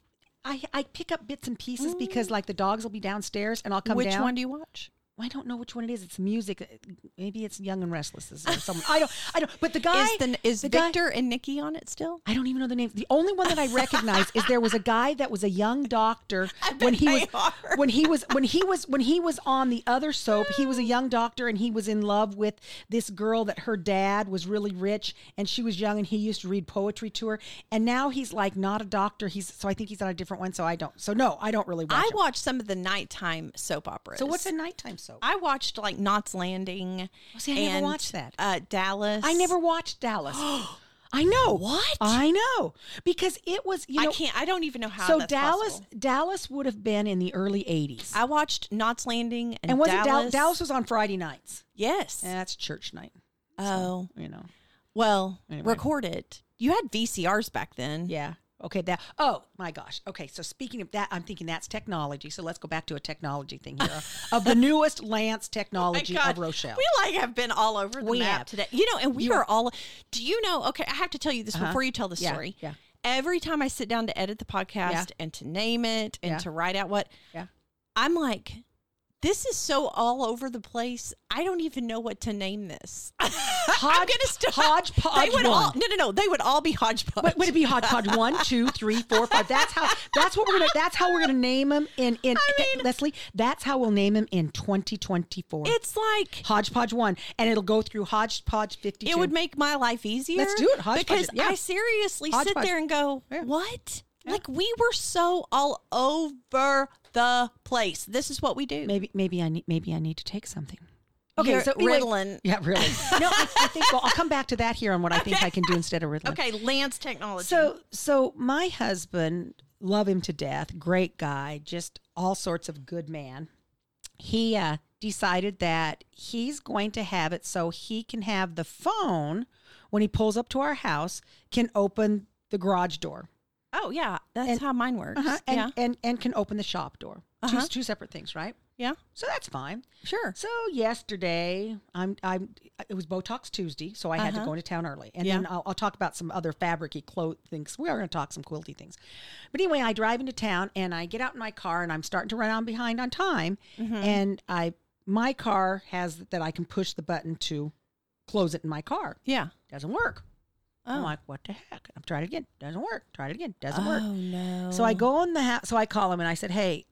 Speaker 2: I I pick up bits and pieces because like the dogs will be downstairs and I'll come
Speaker 1: Oh. Which
Speaker 2: down.
Speaker 1: one do you watch?
Speaker 2: I don't know which one it is. It's music. Maybe it's Young and Restless or someone. I don't. I don't. But the guy
Speaker 1: is the, is
Speaker 2: the guy-
Speaker 1: Victor and Nikki on it still?
Speaker 2: I don't even know the name. The only one that I recognize is there was a guy that was a young doctor when he was
Speaker 1: they are.
Speaker 2: when he was when he was when he was on the other soap. He was a young doctor and he was in love with this girl that her dad was really rich and she was young and he used to read poetry to her. And now he's like not a doctor. He's so I think he's on a different one. So I don't. So no, I don't really watch.
Speaker 1: I
Speaker 2: it.
Speaker 1: watched some of the nighttime soap operas.
Speaker 2: So what's a nighttime soap?
Speaker 1: I watched like Knots Landing.
Speaker 2: see, I never
Speaker 1: and,
Speaker 2: watched that.
Speaker 1: Uh, Dallas.
Speaker 2: I never watched Dallas. I know
Speaker 1: What?
Speaker 2: I know because it was you know.
Speaker 1: I can't. I don't even know how.
Speaker 2: so
Speaker 1: that's
Speaker 2: Dallas,
Speaker 1: possible.
Speaker 2: Dallas would have been in the early '80s.
Speaker 1: I watched Knots Landing and,
Speaker 2: And wasn't Dallas?
Speaker 1: Dallas.
Speaker 2: Dallas was on Friday nights.
Speaker 1: Yes.
Speaker 2: That's church night.
Speaker 1: oh
Speaker 2: You know.
Speaker 1: well,
Speaker 2: Anyway.
Speaker 1: record it. You had VCRs back then.
Speaker 2: Yeah. Okay. That. Oh my gosh. Okay. So speaking of that, I'm thinking that's technology. So let's go back to a technology thing here of the newest Lance
Speaker 1: Oh My
Speaker 2: technology
Speaker 1: God.
Speaker 2: of Rochelle.
Speaker 1: We like have been all over the
Speaker 2: We
Speaker 1: map
Speaker 2: have.
Speaker 1: today. You know, and we are all. Do you know? Okay, I have to tell you this before you tell the
Speaker 2: Uh-huh. Yeah,
Speaker 1: story.
Speaker 2: yeah.
Speaker 1: Every time I sit down to edit the podcast and to name it and
Speaker 2: Yeah.
Speaker 1: to write out what,
Speaker 2: Yeah.
Speaker 1: I'm like, this is so all over the place. I don't even know what to name this. I'm
Speaker 2: Hodge-
Speaker 1: gonna stop.
Speaker 2: hodgepodge
Speaker 1: They would all
Speaker 2: one.
Speaker 1: no no no. They would all be hodgepodge.
Speaker 2: But would it be hodgepodge one, two, three, four, five? That's how. That's what we're gonna. That's how we're gonna name them in in Leslie. That's how we'll name them in 2024.
Speaker 1: it's like
Speaker 2: hodgepodge one, and it'll go through hodgepodge 52.
Speaker 1: it would make my life easier.
Speaker 2: do it, hodgepodge
Speaker 1: Because
Speaker 2: it, yeah.
Speaker 1: I seriously sit
Speaker 2: Hodgepodge.
Speaker 1: there and go,
Speaker 2: Yeah.
Speaker 1: what? Like we were so all over the place. This is what we do.
Speaker 2: maybe maybe I need maybe I need to take something.
Speaker 1: You're
Speaker 2: anyway-
Speaker 1: Ritalin.
Speaker 2: Yeah, really. No, I, I think well, I'll come back to that here on what I think I can do instead of Ritalin.
Speaker 1: Okay, Lance Technology.
Speaker 2: So so my husband, love him to death, great guy, just all sorts of good man. He uh, decided that he's going to have it so he can have the phone when he pulls up to our house can open the garage door.
Speaker 1: oh yeah, that's
Speaker 2: and-
Speaker 1: how mine works.
Speaker 2: Uh-huh, and,
Speaker 1: yeah,
Speaker 2: and and can open the shop door.
Speaker 1: Uh-huh.
Speaker 2: Two two separate things, right?
Speaker 1: yeah,
Speaker 2: So that's fine.
Speaker 1: sure.
Speaker 2: So yesterday, I'm I'm it was Botox Tuesday, so I had to
Speaker 1: Uh-huh.
Speaker 2: go into town early, and
Speaker 1: Yeah.
Speaker 2: then I'll, I'll talk about some other fabricy cloth things. We are going to talk some quilty things, but anyway, I drive into town and I get out in my car and I'm starting to run on behind on time,
Speaker 1: Mm-hmm.
Speaker 2: and I my car has that I can push the button to close it in my car.
Speaker 1: Yeah.
Speaker 2: Doesn't work. I'm
Speaker 1: Oh.
Speaker 2: like, what the heck? I'm trying it again. Doesn't work. Tried it again. Doesn't
Speaker 1: oh
Speaker 2: work.
Speaker 1: no.
Speaker 2: So I go in the house. So I call him and I said, "Hey,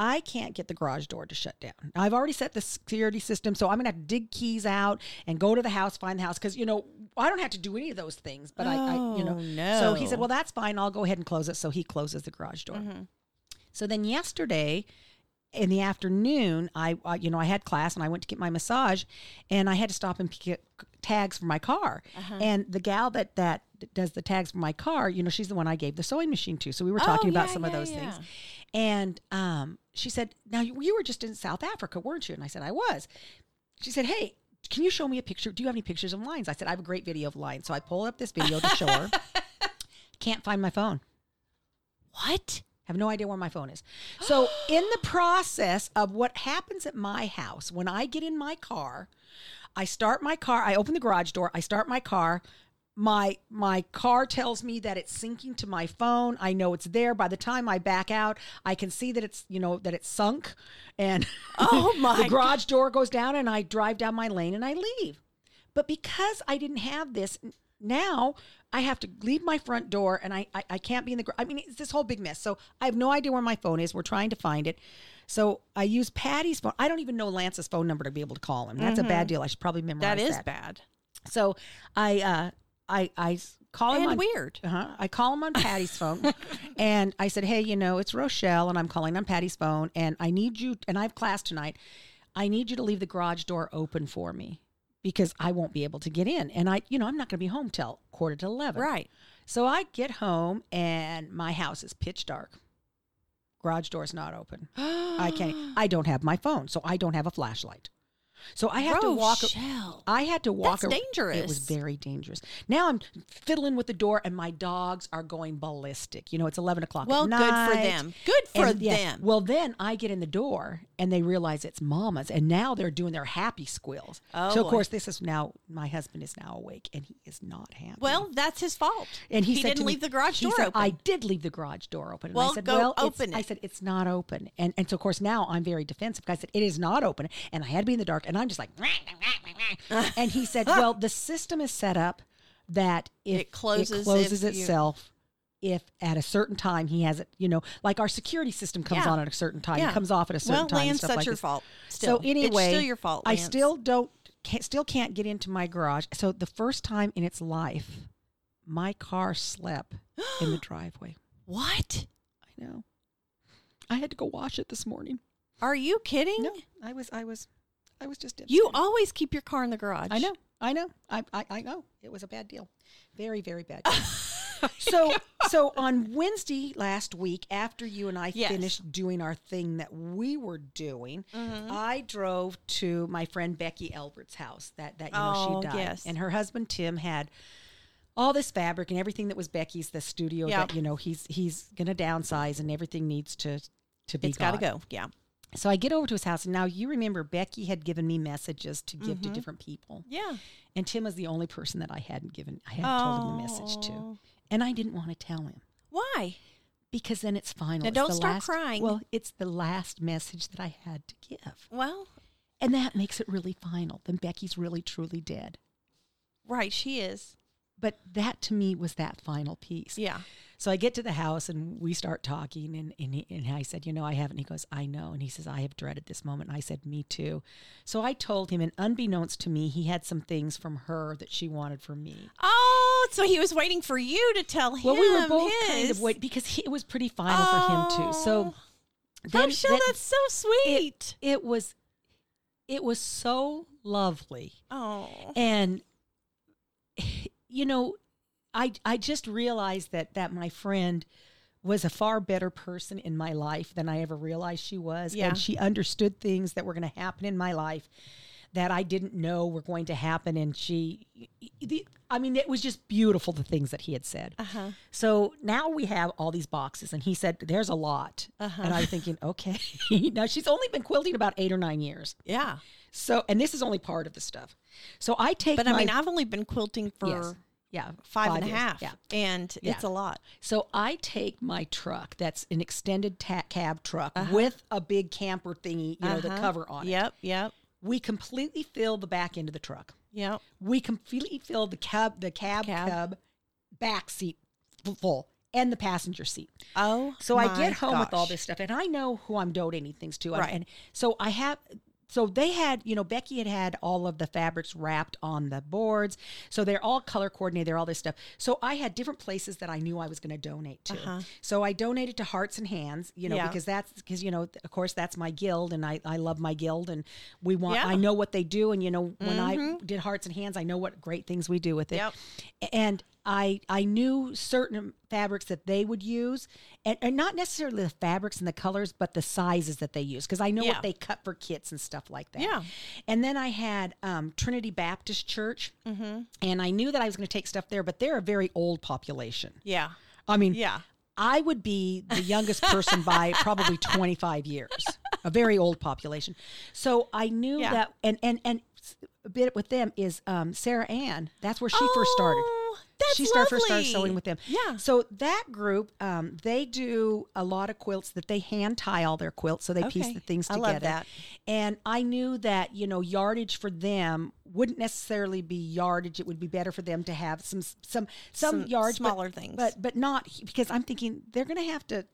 Speaker 2: I can't get the garage door to shut down. I've already set the security system, so I'm gonna have to dig keys out and go to the house, find the house, because you know I don't have to do any of those things. But I, I you know.
Speaker 1: Oh,
Speaker 2: So
Speaker 1: no.
Speaker 2: he said,
Speaker 1: Mm-hmm.
Speaker 2: "Well, that's fine. I'll go ahead and close it." So he closes the garage door. So then yesterday, in the afternoon, I, I you know I had class and I went to get my massage, and I had to stop and pick up tags for my car.
Speaker 1: Uh-huh.
Speaker 2: And the gal that that does the tags for my car, you know, she's the one I gave the sewing machine to. So we were talking
Speaker 1: Oh,
Speaker 2: about
Speaker 1: yeah,
Speaker 2: some of
Speaker 1: yeah,
Speaker 2: those
Speaker 1: yeah.
Speaker 2: things, and um, she said, "Now you, you were just in South Africa, weren't you?" And I said, "I was." She said, "Hey." Can you show me a picture? Do you have any pictures of lines? I said, I have a great video of lines. So I pull up this video to show her. Can't find my phone.
Speaker 1: What?
Speaker 2: Have no idea where my phone is. So, in the process of what happens at my house, when I get in my car, I start my car, I open the garage door, I start my car. My my car tells me that it's syncing to my phone. I know it's there. By the time I back out, I can see that it's, you know, that it's sunk and
Speaker 1: Oh my
Speaker 2: the garage door goes down and I drive down my lane and I leave. But because I didn't have this, n- now I have to leave my front door and I, I, I can't be in the garage. I mean, it's this whole big mess. So I have no idea where my phone is. We're trying to find it. So I use Patty's phone. I don't even know Lance's phone number to be able to call him. That's a bad deal. I should probably
Speaker 1: Mm-hmm.
Speaker 2: memorize
Speaker 1: That
Speaker 2: that.
Speaker 1: is bad.
Speaker 2: So I, uh, I, I s- call him
Speaker 1: And
Speaker 2: on,
Speaker 1: weird.
Speaker 2: uh-huh. I call him on Patty's phone and I said, Hey, you know, it's Rochelle and I'm calling on Patty's phone and I need you, and I have class tonight. I need you to leave the garage door open for me because I won't be able to get in. And I, you know, I'm not going to be home till quarter to 11.
Speaker 1: Right.
Speaker 2: So I get home and my house is pitch dark. Garage door's not open. I can't, I don't have my phone. So I don't have a flashlight. So I have to walk.
Speaker 1: Rochelle.
Speaker 2: I had to walk.
Speaker 1: That's
Speaker 2: ar- It
Speaker 1: dangerous.
Speaker 2: was very dangerous. Now I'm fiddling with the door, and my dogs are going ballistic. You know, it's eleven o'clock. at
Speaker 1: Well, good for
Speaker 2: night,
Speaker 1: them. Good for
Speaker 2: and, yeah,
Speaker 1: them.
Speaker 2: Well, then I get in the door, and they realize it's Mama's, and now they're doing their happy squeals.
Speaker 1: Oh,
Speaker 2: so of
Speaker 1: boy.
Speaker 2: course, this is now my husband is now awake, and he is not happy.
Speaker 1: Well, that's his fault.
Speaker 2: And he, said to
Speaker 1: didn't
Speaker 2: me-
Speaker 1: leave the garage
Speaker 2: he
Speaker 1: door
Speaker 2: said,
Speaker 1: open.
Speaker 2: I did leave the garage door open. And
Speaker 1: Well,
Speaker 2: I said,
Speaker 1: go
Speaker 2: well, it's-
Speaker 1: open
Speaker 2: I
Speaker 1: it.
Speaker 2: said, it's not open. And, and so, of course, now I'm very defensive. 'cause I said, it is not open. And I had to be in the dark. And I'm just like, and he said, well, the system is set up that if
Speaker 1: It closes if
Speaker 2: closes
Speaker 1: you-
Speaker 2: itself. If at a certain time he has it, you know, like our security system comes
Speaker 1: Yeah.
Speaker 2: on at a certain time,
Speaker 1: Yeah.
Speaker 2: it comes off at a certain
Speaker 1: well,
Speaker 2: time. and
Speaker 1: Lance,
Speaker 2: stuff
Speaker 1: that's
Speaker 2: like
Speaker 1: your
Speaker 2: this.
Speaker 1: fault. Still.
Speaker 2: So anyway,
Speaker 1: it's still your fault.
Speaker 2: I
Speaker 1: Lance.
Speaker 2: still don't, can't, still can't get into my garage. So the first time in its life, my car slept in the driveway.
Speaker 1: What?
Speaker 2: I know. I had to go wash it this morning.
Speaker 1: Are you kidding?
Speaker 2: No, I was, I was, I was just.
Speaker 1: You
Speaker 2: devastated.
Speaker 1: always keep your car in the garage.
Speaker 2: I know. I know. I, I, I know. It was a bad deal. Very, very bad. Deal.
Speaker 1: Oh
Speaker 2: so, so on Wednesday last week, after you and I
Speaker 1: Yes.
Speaker 2: finished doing our thing that we were doing,
Speaker 1: Mm-hmm.
Speaker 2: I drove to my friend Becky Elbert's house. That that you know
Speaker 1: Oh,
Speaker 2: she died,
Speaker 1: yes.
Speaker 2: and her husband Tim had all this fabric and everything that was Becky's. The studio
Speaker 1: Yeah.
Speaker 2: that you know he's he's gonna downsize, and everything needs to to be.
Speaker 1: It's got to
Speaker 2: gone.
Speaker 1: go. Yeah.
Speaker 2: So I get over to his house, and now you remember Becky had given me messages to give
Speaker 1: Mm-hmm.
Speaker 2: to different people,
Speaker 1: Yeah.
Speaker 2: and Tim was the only person that I hadn't given. I hadn't told him the message to,
Speaker 1: Oh.
Speaker 2: and I didn't want to tell him
Speaker 1: Why?
Speaker 2: because then it's final.
Speaker 1: Now
Speaker 2: It's
Speaker 1: don't
Speaker 2: the
Speaker 1: start
Speaker 2: last-
Speaker 1: crying.
Speaker 2: Well, it's the last message that I had to give,
Speaker 1: Well,
Speaker 2: and that makes it really final. Then Becky's really truly dead.
Speaker 1: right. She is.
Speaker 2: But that to me was that final piece.
Speaker 1: Yeah.
Speaker 2: So I get to the house and we start talking and and, he, and I said, you know, I haven't. He goes, I know. And he says, I have dreaded this moment. And I said, me too. So I told him, and unbeknownst to me, he had some things from her that she wanted from me.
Speaker 1: Oh, so he was waiting for you to tell him.
Speaker 2: Well, we were both
Speaker 1: his.
Speaker 2: kind of wait because he, it was pretty final for him too. So then,
Speaker 1: Rochelle,
Speaker 2: then
Speaker 1: Oh, that's so
Speaker 2: it-
Speaker 1: sweet.
Speaker 2: it was, it was so lovely.
Speaker 1: oh.
Speaker 2: and you know i i just realized that that my friend was a far better person in my life than i ever realized she was
Speaker 1: Yeah.
Speaker 2: and she understood things that were going to happen in my life that i didn't know were going to happen and she the, i mean it was just beautiful the things that he had said
Speaker 1: Uh-huh.
Speaker 2: so now we have all these boxes and he said there's a lot
Speaker 1: Uh-huh.
Speaker 2: and i'm thinking okay now she's only been quilting about eight or nine years
Speaker 1: Yeah.
Speaker 2: so and this is only part of the stuff so i take
Speaker 1: But
Speaker 2: my,
Speaker 1: I mean, I've only been quilting for
Speaker 2: Yes. yeah
Speaker 1: five and a
Speaker 2: years.
Speaker 1: half,
Speaker 2: yeah
Speaker 1: and it's a
Speaker 2: Yeah.
Speaker 1: lot.
Speaker 2: so i take my truck that's an extended ta- cab truck with a big camper thingy you know the
Speaker 1: Uh-huh.
Speaker 2: cover on it
Speaker 1: Yep, yep,
Speaker 2: we completely fill the back end of the truck
Speaker 1: yep.
Speaker 2: we completely fill the cab the cab
Speaker 1: Cab.
Speaker 2: cab, back seat f- full and the passenger seat
Speaker 1: Oh,
Speaker 2: so I
Speaker 1: my
Speaker 2: get home with all
Speaker 1: gosh.
Speaker 2: this stuff, and I know who I'm donating things to. I'm-
Speaker 1: Right.
Speaker 2: And so I have so they had, you know, Becky had had all of the fabrics wrapped on the boards. So they're all color coordinated, they're all this stuff. So I had different places that I knew I was going to donate to. So I donated to Hearts and Hands, you know,
Speaker 1: Uh-huh. Yeah.
Speaker 2: because that's because you know, th- of course that's my guild and I I love my guild and we want
Speaker 1: Yeah. Mm-hmm.
Speaker 2: I know what they do and you know, when I did Hearts and Hands, I know what great things we do with it.
Speaker 1: Yep.
Speaker 2: And I I knew certain fabrics that they would use, and, and not necessarily the fabrics and the colors, but the sizes that they use because I know
Speaker 1: Yeah.
Speaker 2: what they cut for kits and stuff like that.
Speaker 1: Yeah.
Speaker 2: And then I had um, Trinity Baptist Church,
Speaker 1: Mm-hmm.
Speaker 2: and I knew that I was going to take stuff there, but they're a very old population.
Speaker 1: Yeah.
Speaker 2: I mean,
Speaker 1: Yeah.
Speaker 2: I would be the youngest person by probably 25 years, a very old population. So I knew
Speaker 1: Yeah.
Speaker 2: that, and and and s- a bit with them is um, Sarah Ann. That's where she first started.
Speaker 1: Oh, That's
Speaker 2: she started first started
Speaker 1: lovely.
Speaker 2: sewing with them.
Speaker 1: Yeah.
Speaker 2: So that group, um, they do a lot of quilts that they hand tie all their quilts, so they piece
Speaker 1: Okay.
Speaker 2: the things
Speaker 1: I
Speaker 2: together.
Speaker 1: love that.
Speaker 2: And I knew that you know yardage for them wouldn't necessarily be yardage. It would be better for them to have some some some,
Speaker 1: Some
Speaker 2: yards, but-
Speaker 1: smaller things.
Speaker 2: but but not because I'm thinking they're going to have to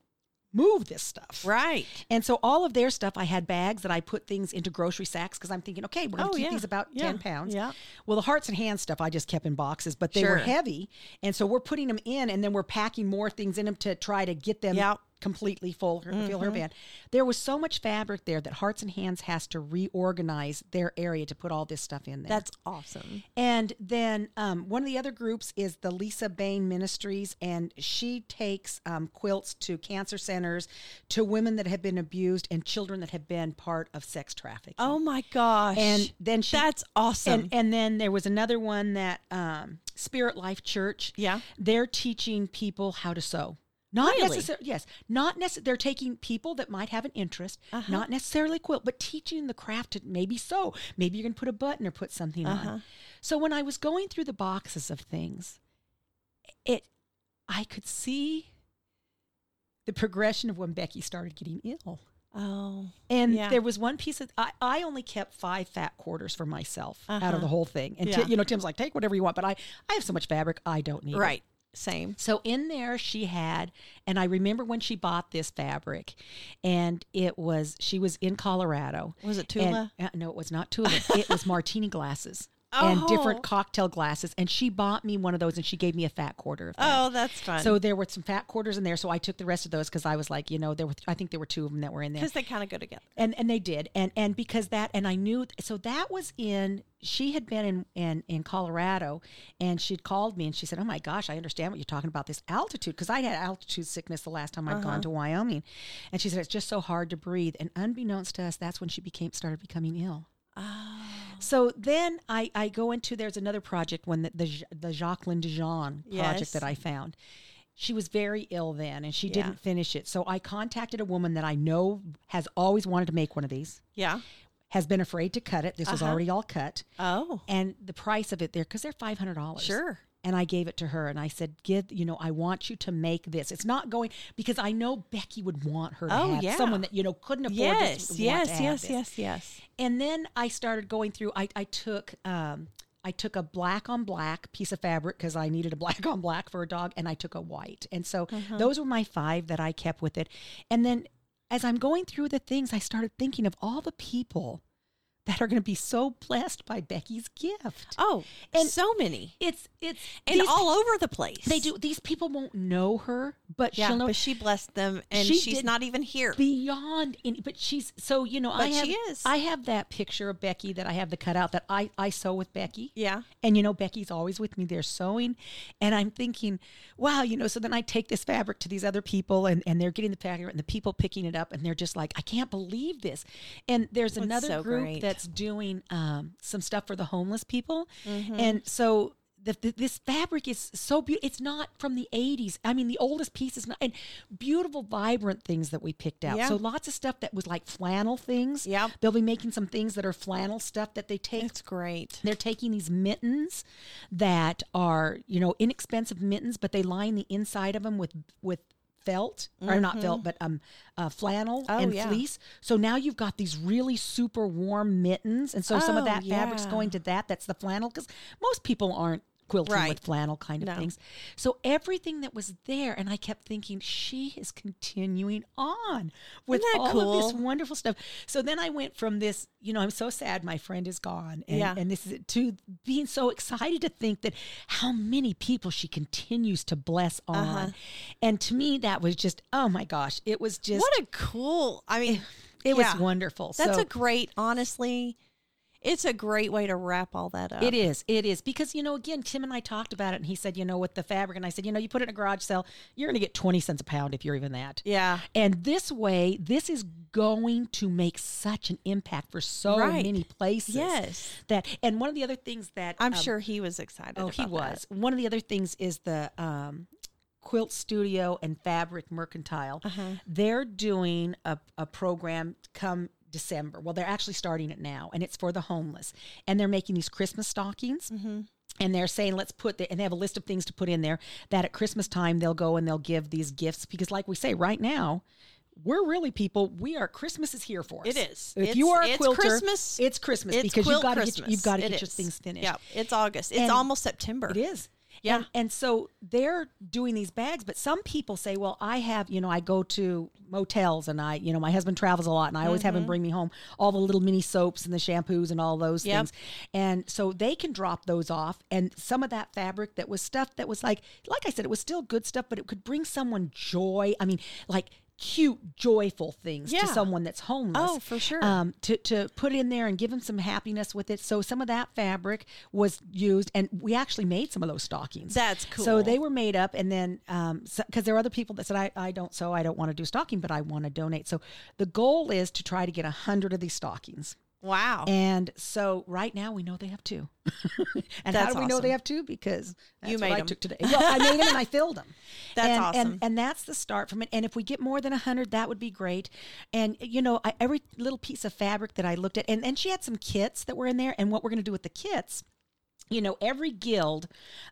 Speaker 2: move this stuff.
Speaker 1: Right.
Speaker 2: And so all of their stuff, I had bags that I put things into grocery sacks because I'm thinking, okay, we're going to
Speaker 1: Oh,
Speaker 2: keep
Speaker 1: yeah.
Speaker 2: these about
Speaker 1: Yeah.
Speaker 2: 10 pounds.
Speaker 1: Yeah.
Speaker 2: Well, the hearts and hands stuff I just kept in boxes, but they were
Speaker 1: Sure.
Speaker 2: heavy. And so we're putting them in and then we're packing more things in them to try to get them
Speaker 1: Yeah. Mm-hmm.
Speaker 2: completely full, her- fill her van. There was so much fabric there that hearts and hands has to reorganize their area to put all this stuff in there.
Speaker 1: That's awesome.
Speaker 2: And then um, one of the other groups is the Lisa Bain Ministries, and she takes um, quilts to cancer centers, to women that have been abused, and children that have been part of sex trafficking.
Speaker 1: Oh my gosh.
Speaker 2: and then she
Speaker 1: that's awesome.
Speaker 2: and, and then there was another one that um, Spirit Life Church.
Speaker 1: Yeah.
Speaker 2: They're teaching people how to sew. Not
Speaker 1: Really?
Speaker 2: necessarily, yes, not necessarily. They're taking people that might have an interest,
Speaker 1: Uh-huh.
Speaker 2: not necessarily quilt, but teaching the craft to maybe sew. Maybe you're going to put a button or put something
Speaker 1: Uh-huh.
Speaker 2: on. So when I was going through the boxes of things, it, I could see the progression of when Becky started getting ill.
Speaker 1: oh.
Speaker 2: And
Speaker 1: Yeah.
Speaker 2: there was one piece of I, I only kept five fat quarters for myself out
Speaker 1: Uh-huh.
Speaker 2: of the whole thing. And Ti-
Speaker 1: Yeah.
Speaker 2: you know, Tim's like, take whatever you want, but I I have so much fabric, I don't need it."
Speaker 1: Right. Same.
Speaker 2: So in there she had, and I remember when she bought this fabric, and it was she was in Colorado.
Speaker 1: Was it
Speaker 2: And-
Speaker 1: Tula?
Speaker 2: uh, no, it was not Tula. It was martini glasses and
Speaker 1: Oh.
Speaker 2: different cocktail glasses. And she bought me one of those, and she gave me a fat quarter of that.
Speaker 1: Oh, that's fun.
Speaker 2: So there were some fat quarters in there, so I took the rest of those because I was like, you know, there were I think there were two of them that were in there
Speaker 1: because they kind of go together.
Speaker 2: and and they did and and because that and i knew so that was in she had been in in in colorado and she'd called me and she said oh my gosh i understand what you're talking about this altitude because i had altitude sickness the last time i had
Speaker 1: Uh-huh.
Speaker 2: gone to wyoming and she said it's just so hard to breathe and unbeknownst to us that's when she became started becoming ill
Speaker 1: Oh.
Speaker 2: so then I, I go into there's another project one that the J- the Jacqueline Dijon project
Speaker 1: Yes.
Speaker 2: that I found. She was very ill then and she
Speaker 1: Yeah.
Speaker 2: didn't finish it. So I contacted a woman that I know has always wanted to make one of these,
Speaker 1: Yeah.
Speaker 2: has been afraid to cut it. This was
Speaker 1: Uh-huh.
Speaker 2: already all cut.
Speaker 1: Oh.
Speaker 2: And the price of it there, because they're five hundred dollars.
Speaker 1: Sure.
Speaker 2: And I gave it to her and I said, Give you know, I want you to make this. It's not going because I know Becky would want her to
Speaker 1: Oh,
Speaker 2: have
Speaker 1: yeah.
Speaker 2: someone that, you know, couldn't afford
Speaker 1: Yes.
Speaker 2: this. would want to
Speaker 1: Yes.
Speaker 2: have
Speaker 1: Yes.
Speaker 2: this.
Speaker 1: Yes. Yes.
Speaker 2: And then I started going through. I, I took um, I took a black on black piece of fabric because I needed a black on black for a dog, and I took a white. And so
Speaker 1: Uh-huh.
Speaker 2: those were my five that I kept with it. And then as I'm going through the things, I started thinking of all the people that are going to be so blessed by Becky's gift.
Speaker 1: Oh. And
Speaker 2: And-
Speaker 1: so many.
Speaker 2: It's it's
Speaker 1: And
Speaker 2: these-
Speaker 1: all over the place.
Speaker 2: they do. These people won't know her, but
Speaker 1: Yeah.
Speaker 2: she'll know
Speaker 1: But she blessed them, and
Speaker 2: She
Speaker 1: she's
Speaker 2: did-
Speaker 1: not even here.
Speaker 2: beyond any but she's so you know I
Speaker 1: But
Speaker 2: have
Speaker 1: she is.
Speaker 2: I have that picture of Becky that I have the cutout that I I sew with Becky.
Speaker 1: Yeah.
Speaker 2: And you know Becky's always with me there sewing and I'm thinking, wow, you know, so then I take this fabric to these other people and and they're getting the fabric and the people picking it up and they're just like, I can't believe this. And there's another
Speaker 1: so
Speaker 2: group
Speaker 1: great.
Speaker 2: that's doing um some stuff for the homeless people.
Speaker 1: Mm-hmm.
Speaker 2: And so the, the, this fabric is so beautiful. It's not from the 80s. I mean, the oldest piece is not, and beautiful, vibrant things that we picked out.
Speaker 1: Yeah.
Speaker 2: So lots of stuff that was like flannel things.
Speaker 1: Yep.
Speaker 2: They'll be making some things that are flannel stuff that they take.
Speaker 1: It's great.
Speaker 2: They're taking these mittens that are, you know, inexpensive mittens, but they line the inside of them with, with, Felt or not felt, but um, uh, flannel
Speaker 1: Mm-hmm. Oh,
Speaker 2: and
Speaker 1: yeah.
Speaker 2: fleece. So now you've got these really super warm mittens, and so some of
Speaker 1: Oh,
Speaker 2: that fabric's
Speaker 1: yeah.
Speaker 2: going to that. That's the flannel because most people aren't quilting
Speaker 1: Right.
Speaker 2: with flannel kind of
Speaker 1: No.
Speaker 2: things. So everything that was there, and I kept thinking, she is continuing on with
Speaker 1: Isn't that
Speaker 2: all of this
Speaker 1: cool?
Speaker 2: wonderful stuff. So then I went from this, you know, I'm so sad my friend is gone, and,
Speaker 1: Yeah.
Speaker 2: and this is it, to being so excited to think that how many people she continues to bless on.
Speaker 1: Uh-huh.
Speaker 2: And to me, that was just, oh my gosh, it was just,
Speaker 1: what a cool. I mean,
Speaker 2: it
Speaker 1: yeah.
Speaker 2: was wonderful.
Speaker 1: That's
Speaker 2: so,
Speaker 1: a great, honestly, it's a great way to wrap all that up.
Speaker 2: It is. It is. Because, you know, again, Tim and I talked about it and he said, you know, with the fabric. And I said, you know, you put it in a garage sale, you're going to get 20 cents a pound if you're even that.
Speaker 1: Yeah.
Speaker 2: And this way, this is going to make such an impact for so
Speaker 1: Right.
Speaker 2: many places.
Speaker 1: Yes.
Speaker 2: That and one of the other things that
Speaker 1: I'm
Speaker 2: um,
Speaker 1: sure he was excited.
Speaker 2: Oh, he
Speaker 1: about that.
Speaker 2: was. One of the other things is the um, Quilt Studio and Fabric Mercantile.
Speaker 1: Uh-huh.
Speaker 2: They're doing a, a program come December. Well, they're actually starting it now, and it's for the homeless. And they're making these Christmas stockings.
Speaker 1: Mm-hmm.
Speaker 2: And they're saying, let's put the, and they have a list of things to put in there that at Christmas time they'll go and they'll give these gifts. Because, like we say, right now, we're really people. We are, Christmas is here for us.
Speaker 1: It is.
Speaker 2: If
Speaker 1: It's-
Speaker 2: you are a
Speaker 1: it's
Speaker 2: quilter,
Speaker 1: Christmas.
Speaker 2: it's Christmas
Speaker 1: It's
Speaker 2: because
Speaker 1: quilt
Speaker 2: you've got to
Speaker 1: Christmas.
Speaker 2: get, you've got to
Speaker 1: It
Speaker 2: get your
Speaker 1: is.
Speaker 2: things finished.
Speaker 1: Yeah, it's August. It's
Speaker 2: And-
Speaker 1: almost September.
Speaker 2: It is.
Speaker 1: Yeah.
Speaker 2: And, and so they're doing these bags, but some people say, well, I have, you know, I go to motels and I, you know, my husband travels a lot and I always
Speaker 1: Mm-hmm.
Speaker 2: have him bring me home all the little mini soaps and the shampoos and all those
Speaker 1: Yep.
Speaker 2: things. And so they can drop those off. And some of that fabric that was stuff that was like, like I said, it was still good stuff, but it could bring someone joy. I mean, like, cute joyful things
Speaker 1: Yeah.
Speaker 2: to someone that's homeless
Speaker 1: Oh, for sure.
Speaker 2: um, to, to put in there and give them some happiness with it. So some of that fabric was used, and we actually made some of those stockings.
Speaker 1: That's
Speaker 2: So
Speaker 1: cool.
Speaker 2: they were made up, and then because there are other people that said, I, I don't sew, I don't want to do stocking, but I want to donate. So the goal is to try to get a 100 of these stockings.
Speaker 1: Wow.
Speaker 2: And so right now we know they have two. and how
Speaker 1: That's
Speaker 2: do we know
Speaker 1: awesome.
Speaker 2: they have two? Because that's
Speaker 1: You
Speaker 2: what
Speaker 1: made
Speaker 2: I
Speaker 1: 'em.
Speaker 2: took today. Well, I made them and I filled them.
Speaker 1: That's
Speaker 2: and,
Speaker 1: awesome.
Speaker 2: And, and that's the start from it. And if we get more than 100, that would be great. And, you know, I, every little piece of fabric that I looked at, and, and she had some kits that were in there. And what we're going to do with the kits you know, every guild,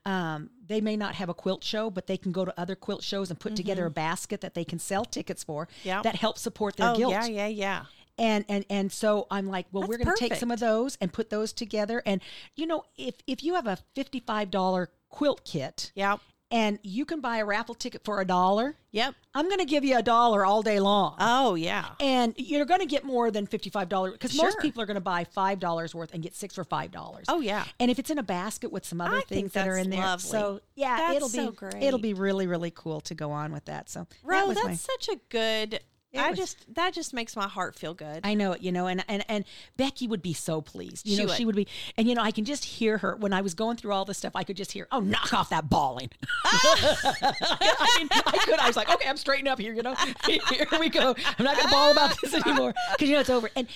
Speaker 2: um, they may not have a quilt show, but they can go to other quilt shows and put together a basket that they can sell tickets for
Speaker 1: Mm-hmm. Yep.
Speaker 2: that helps support their
Speaker 1: oh,
Speaker 2: guild.
Speaker 1: yeah, yeah, yeah.
Speaker 2: And and and so I'm like, well, we're
Speaker 1: That's
Speaker 2: going to take some of those and put those together. And you know, if if you have a fifty five dollar quilt kit,
Speaker 1: Yep.
Speaker 2: and you can buy a raffle ticket for a dollar,
Speaker 1: Yep.
Speaker 2: I'm going to give you a dollar all day long.
Speaker 1: Oh, yeah.
Speaker 2: and you're going to get more than $55 because most
Speaker 1: Sure.
Speaker 2: people are going to buy $5 worth and get 6 for $5.
Speaker 1: Oh, yeah.
Speaker 2: And if it's in a basket with some other
Speaker 1: I think
Speaker 2: things that are
Speaker 1: that's
Speaker 2: in there,
Speaker 1: lovely.
Speaker 2: so yeah,
Speaker 1: That's
Speaker 2: it'll be
Speaker 1: so great.
Speaker 2: it'll be really really cool to go on with that. So that
Speaker 1: Ro,
Speaker 2: was
Speaker 1: that's
Speaker 2: my
Speaker 1: such a good. I
Speaker 2: was-
Speaker 1: just that just makes my heart feel good.
Speaker 2: I know it, you know, and and and Becky would be so pleased. You
Speaker 1: She
Speaker 2: know,
Speaker 1: would.
Speaker 2: she would be, and you know, I can just hear her when I was going through all this stuff. I could just hear, "Oh, knock off that bawling." I mean, I could. I was like, "Okay, I'm straightened up here." You know, here we go. I'm not going to bawl about this anymore because you know it's over. And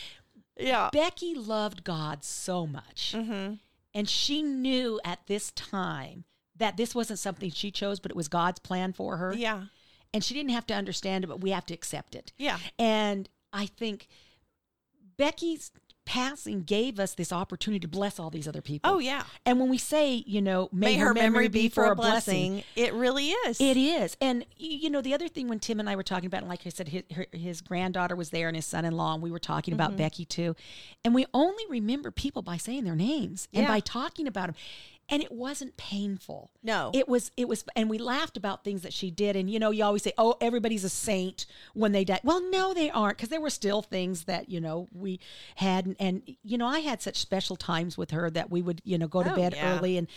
Speaker 1: yeah.
Speaker 2: Becky loved God so much,
Speaker 1: Mm-hmm.
Speaker 2: and she knew at this time that this wasn't something she chose, but it was God's plan for her
Speaker 1: Yeah.
Speaker 2: and she didn't have to understand it, but we have to accept it.
Speaker 1: Yeah.
Speaker 2: And I think Becky's passing gave us this opportunity to bless all these other people.
Speaker 1: Oh, yeah.
Speaker 2: And when we say, you know, may, her, memory, be for a blessing,
Speaker 1: It really is.
Speaker 2: it is. And, y- you know, the other thing when Tim and I were talking about, and like I said, his, her, his granddaughter was there and his son in law, and we were talking
Speaker 1: Mm-hmm.
Speaker 2: about Becky too. And we only remember people by saying their names and
Speaker 1: Yeah.
Speaker 2: by talking about them. And it wasn't painful.
Speaker 1: No.
Speaker 2: It was, it was, and we laughed about things that she did. And, you know, you always say, oh, everybody's a saint when they die. Well, no, they aren't, because there were still things that, you know, we had. And, and, you know, I had such special times with her that we would, you know, go to
Speaker 1: Oh,
Speaker 2: bed
Speaker 1: yeah.
Speaker 2: early and,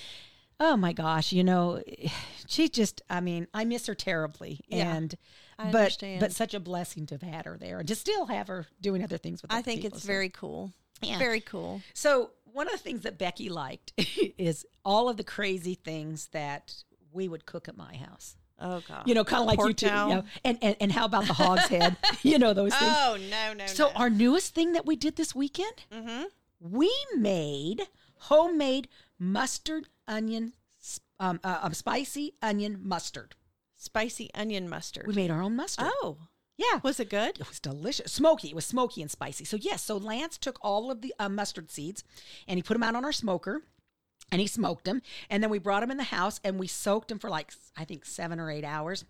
Speaker 2: Oh my gosh, you know, she just I mean, I miss her terribly.
Speaker 1: Yeah,
Speaker 2: and
Speaker 1: I
Speaker 2: but
Speaker 1: understand.
Speaker 2: but such a blessing to have had her there and to still have her doing other things with
Speaker 1: I
Speaker 2: other
Speaker 1: think
Speaker 2: people,
Speaker 1: it's
Speaker 2: so.
Speaker 1: very cool.
Speaker 2: Yeah.
Speaker 1: Very cool.
Speaker 2: So one of the things that Becky liked is all of the crazy things that we would cook at my house.
Speaker 1: Oh god.
Speaker 2: You know, kind of like you
Speaker 1: Pork
Speaker 2: two. You
Speaker 1: chow.
Speaker 2: know, and, and and how about the hog's head? you know those things.
Speaker 1: Oh no no.
Speaker 2: So
Speaker 1: no. Mm-hmm.
Speaker 2: our newest thing that we did this weekend, we made homemade mustard onion, sp- um, uh, um, spicy onion mustard.
Speaker 1: spicy onion mustard.
Speaker 2: We made our own mustard.
Speaker 1: oh,
Speaker 2: Yeah,
Speaker 1: was it good?
Speaker 2: it was delicious. Smoky. It was smoky and spicy. So yes. So Lance took all of the uh, mustard seeds, and he put them out on our smoker. And he smoked them, and then we brought them in the house, and we soaked them for like I think seven or eight hours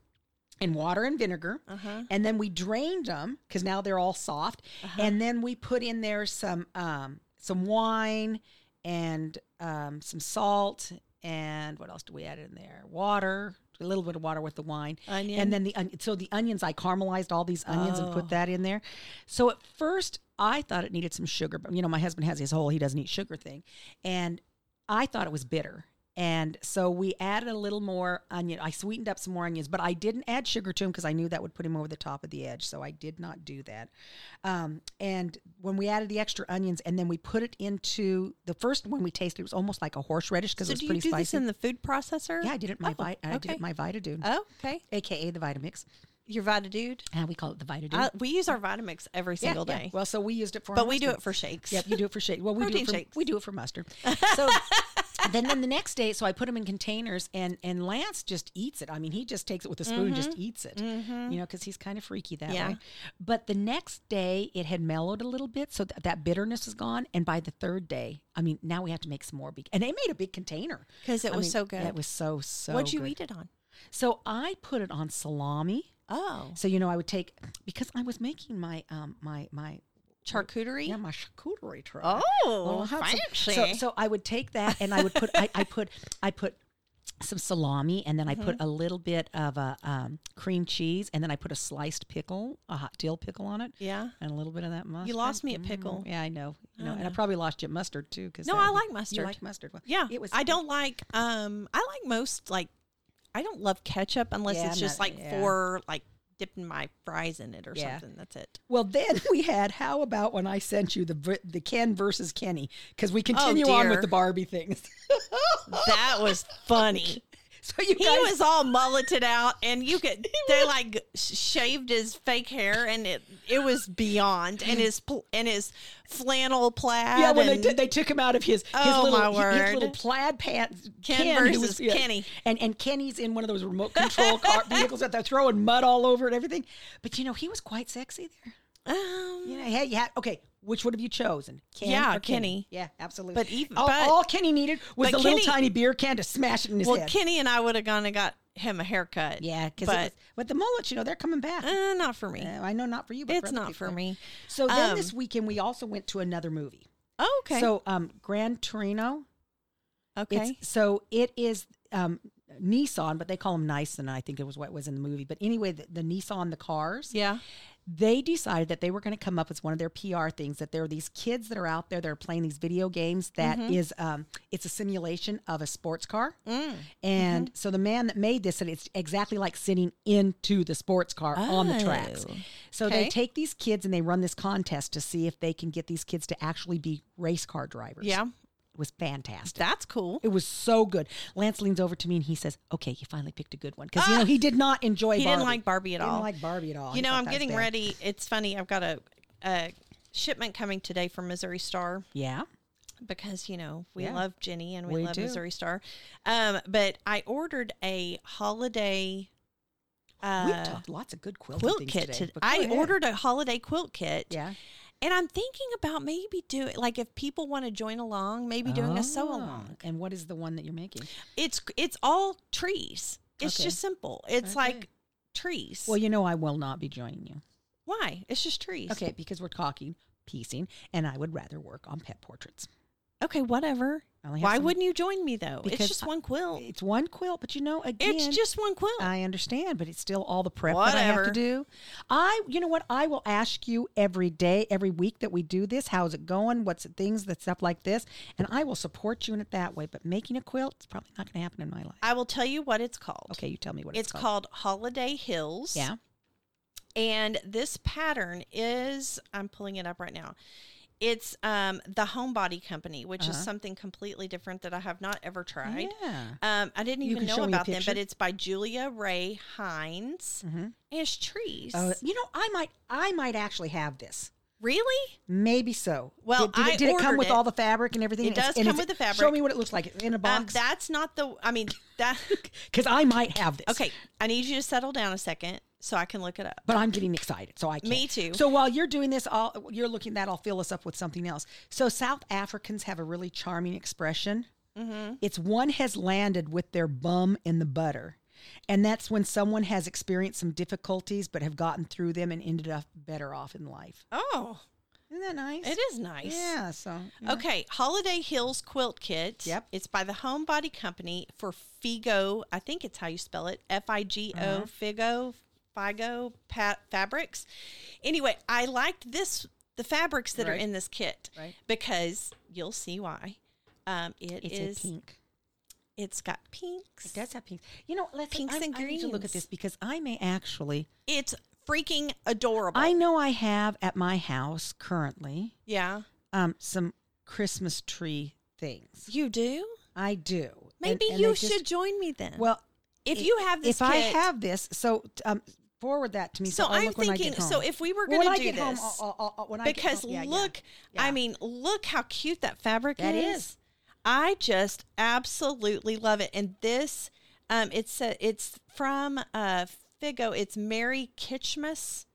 Speaker 2: in water and vinegar,
Speaker 1: Uh-huh.
Speaker 2: and then we drained them because now they're all soft, and then we put in there some um, some wine and um, some salt and what else do we add in there? Water, a little bit of water with the wine,
Speaker 1: Onion.
Speaker 2: and then the on- so the onions. I caramelized all these onions and
Speaker 1: Oh.
Speaker 2: put that in there. So at first I thought it needed some sugar, but you know my husband has his whole he doesn't eat sugar thing, and I thought it was bitter. And so we added a little more onion. I sweetened up some more onions, but I didn't add sugar to him because I knew that would put him over the top of the edge. So I did not do that. Um, and when we added the extra onions, and then we put it into the first one we tasted, it was almost like a horseradish because
Speaker 1: So
Speaker 2: it was
Speaker 1: do you
Speaker 2: pretty
Speaker 1: do
Speaker 2: spicy.
Speaker 1: this in the food processor?
Speaker 2: yeah, I did it my
Speaker 1: Oh,
Speaker 2: Vi- I did
Speaker 1: okay.
Speaker 2: it my Vitadude,
Speaker 1: Oh, okay.
Speaker 2: aka the Vitamix.
Speaker 1: Your Vitadude.
Speaker 2: Uh, we call it the Vitadude.
Speaker 1: I, we use our Vitamix every
Speaker 2: Yeah,
Speaker 1: single
Speaker 2: yeah.
Speaker 1: day,
Speaker 2: Well, so we used it for,
Speaker 1: but
Speaker 2: our
Speaker 1: we do
Speaker 2: husband.
Speaker 1: it for shakes.
Speaker 2: Yep, you do it for shake. Well, we do
Speaker 1: Protein
Speaker 2: it for,
Speaker 1: shakes.
Speaker 2: we do it for mustard. So then then the next day, so I put them in containers, and and Lance just eats it. I mean, he just takes it with a spoon and just eats it. You know, because he's kind of freaky that
Speaker 1: Mm-hmm. Yeah.
Speaker 2: way. But the next day, it had mellowed a little bit, so that that bitterness is gone. And by the third day, I mean, now we have to make some more. Big, and they made a big container.
Speaker 1: because it
Speaker 2: I
Speaker 1: was
Speaker 2: mean,
Speaker 1: so good.
Speaker 2: It was so so.
Speaker 1: What'd you
Speaker 2: good.
Speaker 1: eat it on?
Speaker 2: So I put it on salami.
Speaker 1: Oh,
Speaker 2: So you know, I would take because I was making my um my my
Speaker 1: charcuterie.
Speaker 2: yeah my charcuterie tray.
Speaker 1: Oh,
Speaker 2: Well, how- so-
Speaker 1: fancy.
Speaker 2: So, so I would take that and I would put I, I put I put some salami and then I
Speaker 1: Mm-hmm.
Speaker 2: put a little bit of a um, cream cheese and then I put a sliced pickle, a hot dill pickle on it,
Speaker 1: yeah.
Speaker 2: and a little bit of that mustard. Mm-hmm.
Speaker 1: You lost me at pickle.
Speaker 2: Yeah, I know. You know,
Speaker 1: Oh,
Speaker 2: and I
Speaker 1: no.
Speaker 2: probably lost you at mustard too. Because
Speaker 1: No, I like mustard.
Speaker 2: You like mustard? Well,
Speaker 1: Yeah.
Speaker 2: it was.
Speaker 1: I don't like um I like most like I don't love ketchup unless
Speaker 2: Yeah,
Speaker 1: it's
Speaker 2: I'm
Speaker 1: just
Speaker 2: not-
Speaker 1: like
Speaker 2: yeah.
Speaker 1: for like dipping my fries in it or
Speaker 2: Yeah.
Speaker 1: something. That's it.
Speaker 2: Well, then we had. How about when I sent you the v- the Ken versus Kenny? Because we continue on
Speaker 1: Oh, dear.
Speaker 2: with the Barbie things.
Speaker 1: That was funny.
Speaker 2: so you
Speaker 1: He
Speaker 2: guys,
Speaker 1: was all mulleted out and you could they like sh- shaved his fake hair and it it was beyond and his pl- and his flannel plaid
Speaker 2: Yeah, when they
Speaker 1: and-
Speaker 2: did, they took him out of his his
Speaker 1: Oh,
Speaker 2: little
Speaker 1: my
Speaker 2: his- his little
Speaker 1: word.
Speaker 2: plaid pants.
Speaker 1: Ken
Speaker 2: who
Speaker 1: versus Kenny.
Speaker 2: and and Kenny's in one of those remote control car vehicles that they're throwing mud all over and everything. But you know, he was quite sexy there.
Speaker 1: um,
Speaker 2: You know, hey, you had okay. Which would have you chosen? Ken
Speaker 1: Yeah,
Speaker 2: or
Speaker 1: Kenny.
Speaker 2: Kenny. Yeah, absolutely.
Speaker 1: But even-
Speaker 2: all,
Speaker 1: but-
Speaker 2: all Kenny needed was
Speaker 1: but
Speaker 2: the little
Speaker 1: Kenny-
Speaker 2: tiny beer can to smash it in his
Speaker 1: well
Speaker 2: head.
Speaker 1: Kenny and I would have gone and got him a haircut.
Speaker 2: yeah, because
Speaker 1: but
Speaker 2: but the mullets, you know, they're coming back.
Speaker 1: uh, not for me.
Speaker 2: Uh, I know not for you, but
Speaker 1: it's
Speaker 2: other
Speaker 1: not
Speaker 2: people.
Speaker 1: for me.
Speaker 2: So then
Speaker 1: Um,
Speaker 2: this weekend we also went to another movie.
Speaker 1: okay.
Speaker 2: So um, Grand Torino.
Speaker 1: okay.
Speaker 2: It's, so it is um, Nissan, but they call them Nissan. I think it was what was in the movie. But anyway, the, the Nissan, the cars,
Speaker 1: yeah.
Speaker 2: they decided that they were going to come up with one of their PR things. That there are these kids that are out there that are playing these video games. That is,
Speaker 1: Mm-hmm.
Speaker 2: um, it's a simulation of a sports car.
Speaker 1: Mm.
Speaker 2: And
Speaker 1: Mm-hmm.
Speaker 2: so the man that made this said it's exactly like sitting into the sports car on the tracks.
Speaker 1: Oh.
Speaker 2: So
Speaker 1: Okay.
Speaker 2: they take these kids and they run this contest to see if they can get these kids to actually be race car drivers.
Speaker 1: Yeah.
Speaker 2: It was fantastic.
Speaker 1: That's cool.
Speaker 2: It was so good. Lance leans over to me and he says, "Okay, you finally picked a good one." Because you know Ah! he did not enjoy.
Speaker 1: He
Speaker 2: Barbie.
Speaker 1: didn't like Barbie at
Speaker 2: He
Speaker 1: all.
Speaker 2: Didn't like Barbie at all. He
Speaker 1: you know,
Speaker 2: thought
Speaker 1: I'm
Speaker 2: that was
Speaker 1: getting
Speaker 2: bad.
Speaker 1: ready. It's funny. I've got a, a shipment coming today from Missouri Star
Speaker 2: Yeah.
Speaker 1: because, you know, we
Speaker 2: Yeah.
Speaker 1: love Jenny and we,
Speaker 2: We
Speaker 1: love
Speaker 2: do.
Speaker 1: Missouri Star. Um, but I ordered a holiday
Speaker 2: We've
Speaker 1: uh,
Speaker 2: talked lots of good quilting
Speaker 1: quilt
Speaker 2: things
Speaker 1: kit.
Speaker 2: today.
Speaker 1: to-
Speaker 2: but go
Speaker 1: I
Speaker 2: ahead.
Speaker 1: ordered a holiday quilt kit.
Speaker 2: Yeah.
Speaker 1: And I'm thinking about maybe doing, like, if people want to join along, maybe doing a sew
Speaker 2: Oh,
Speaker 1: along.
Speaker 2: And what is the one that you're making?
Speaker 1: It's it's all trees. It's
Speaker 2: Okay.
Speaker 1: just simple. It's
Speaker 2: Okay.
Speaker 1: like trees.
Speaker 2: Well, you know, I will not be joining you.
Speaker 1: Why? It's just trees.
Speaker 2: Okay, because we're talking piecing, and I would rather work on pet portraits.
Speaker 1: Okay, whatever.
Speaker 2: I only have
Speaker 1: Why
Speaker 2: some-
Speaker 1: wouldn't you join me though?
Speaker 2: Because
Speaker 1: it's just
Speaker 2: I- Uh,
Speaker 1: one quilt.
Speaker 2: It's one quilt, but you know, again,
Speaker 1: it's just one quilt.
Speaker 2: I understand, but it's still all the prep that I have
Speaker 1: Whatever.
Speaker 2: to do. I, you know what? I will ask you every day, every week that we do this. How's it going? What's the things that stuff like this? And I will support you in it that way. But making a quilt, it's probably not going to happen in my life.
Speaker 1: I will tell you what it's called.
Speaker 2: Okay, you tell me what
Speaker 1: It's,
Speaker 2: it's,
Speaker 1: called. Holiday Hills.
Speaker 2: Yeah.
Speaker 1: And this pattern is I'm pulling it up right now. It's um the Homebody Company, which is
Speaker 2: Uh-huh.
Speaker 1: something completely different that I have not ever tried.
Speaker 2: Yeah.
Speaker 1: Um, I didn't
Speaker 2: You
Speaker 1: even
Speaker 2: can show
Speaker 1: know
Speaker 2: me a
Speaker 1: about them, but
Speaker 2: picture?
Speaker 1: it's by Julia Ray Hines.
Speaker 2: Mhm.
Speaker 1: And it's trees.
Speaker 2: Oh, you know, I might, I might actually have this.
Speaker 1: really?
Speaker 2: Maybe so.
Speaker 1: Well,
Speaker 2: did, did
Speaker 1: I
Speaker 2: it, did it come
Speaker 1: ordered
Speaker 2: with
Speaker 1: it.
Speaker 2: all the fabric and everything?
Speaker 1: It does
Speaker 2: And
Speaker 1: come
Speaker 2: is
Speaker 1: with
Speaker 2: it-
Speaker 1: the
Speaker 2: Show
Speaker 1: fabric.
Speaker 2: me what it looks like in a
Speaker 1: Um,
Speaker 2: box.
Speaker 1: that's not the. I mean, that.
Speaker 2: Because I might have this.
Speaker 1: Okay, I need you to settle down a second so I can look it up.
Speaker 2: but I'm getting excited, so I can't.
Speaker 1: Me too.
Speaker 2: So while you're doing this, I'll, you're looking that. I'll fill us up with something else. So South Africans have a really charming expression.
Speaker 1: Mm-hmm.
Speaker 2: It's one has landed with their bum in the butter, and that's when someone has experienced some difficulties but have gotten through them and ended up better off in life.
Speaker 1: Oh,
Speaker 2: Isn't that nice?
Speaker 1: It is Uh, nice.
Speaker 2: Yeah. So yeah.
Speaker 1: Okay, Holiday Hills Quilt Kit.
Speaker 2: Yep.
Speaker 1: It's by the Homebody Company for Figo. I think it's how you spell it. F I G O
Speaker 2: Uh-huh.
Speaker 1: Figo Figo Pat Fabrics. Anyway, I liked this the fabrics that are
Speaker 2: Right.
Speaker 1: in this kit
Speaker 2: Right.
Speaker 1: because you'll see why. Um,
Speaker 3: It's
Speaker 1: it's
Speaker 3: a pink.
Speaker 1: It's got pinks.
Speaker 3: It does have pinks. You know, let's
Speaker 1: Pinks
Speaker 3: I'm-
Speaker 1: and
Speaker 3: I need to look at
Speaker 1: greens.
Speaker 3: this because I may actually.
Speaker 1: It's freaking adorable.
Speaker 2: I know I have at my house currently
Speaker 1: yeah.
Speaker 2: um, some Christmas tree things.
Speaker 1: You do?
Speaker 2: I do. And-
Speaker 1: Maybe
Speaker 2: and
Speaker 1: you
Speaker 2: they just-
Speaker 1: should join me then.
Speaker 2: well,
Speaker 1: if you have this
Speaker 2: if I
Speaker 1: kit-
Speaker 2: have this, so um, forward that to me. So,
Speaker 1: So
Speaker 2: I'll
Speaker 1: I'm
Speaker 2: look when I get
Speaker 1: thinking.
Speaker 2: home.
Speaker 1: So if we were
Speaker 2: Well,
Speaker 1: going
Speaker 2: when
Speaker 1: to
Speaker 2: I
Speaker 1: do
Speaker 2: get
Speaker 1: this,
Speaker 2: home, I'll- I'll- I'll- when I get
Speaker 1: because
Speaker 2: home- yeah, yeah,
Speaker 1: look, I
Speaker 2: yeah.
Speaker 1: mean, look how cute that fabric
Speaker 2: That is.
Speaker 1: I just absolutely love it. And this, um, it's a, it's from uh, Figo. It's Mary Kitchmas.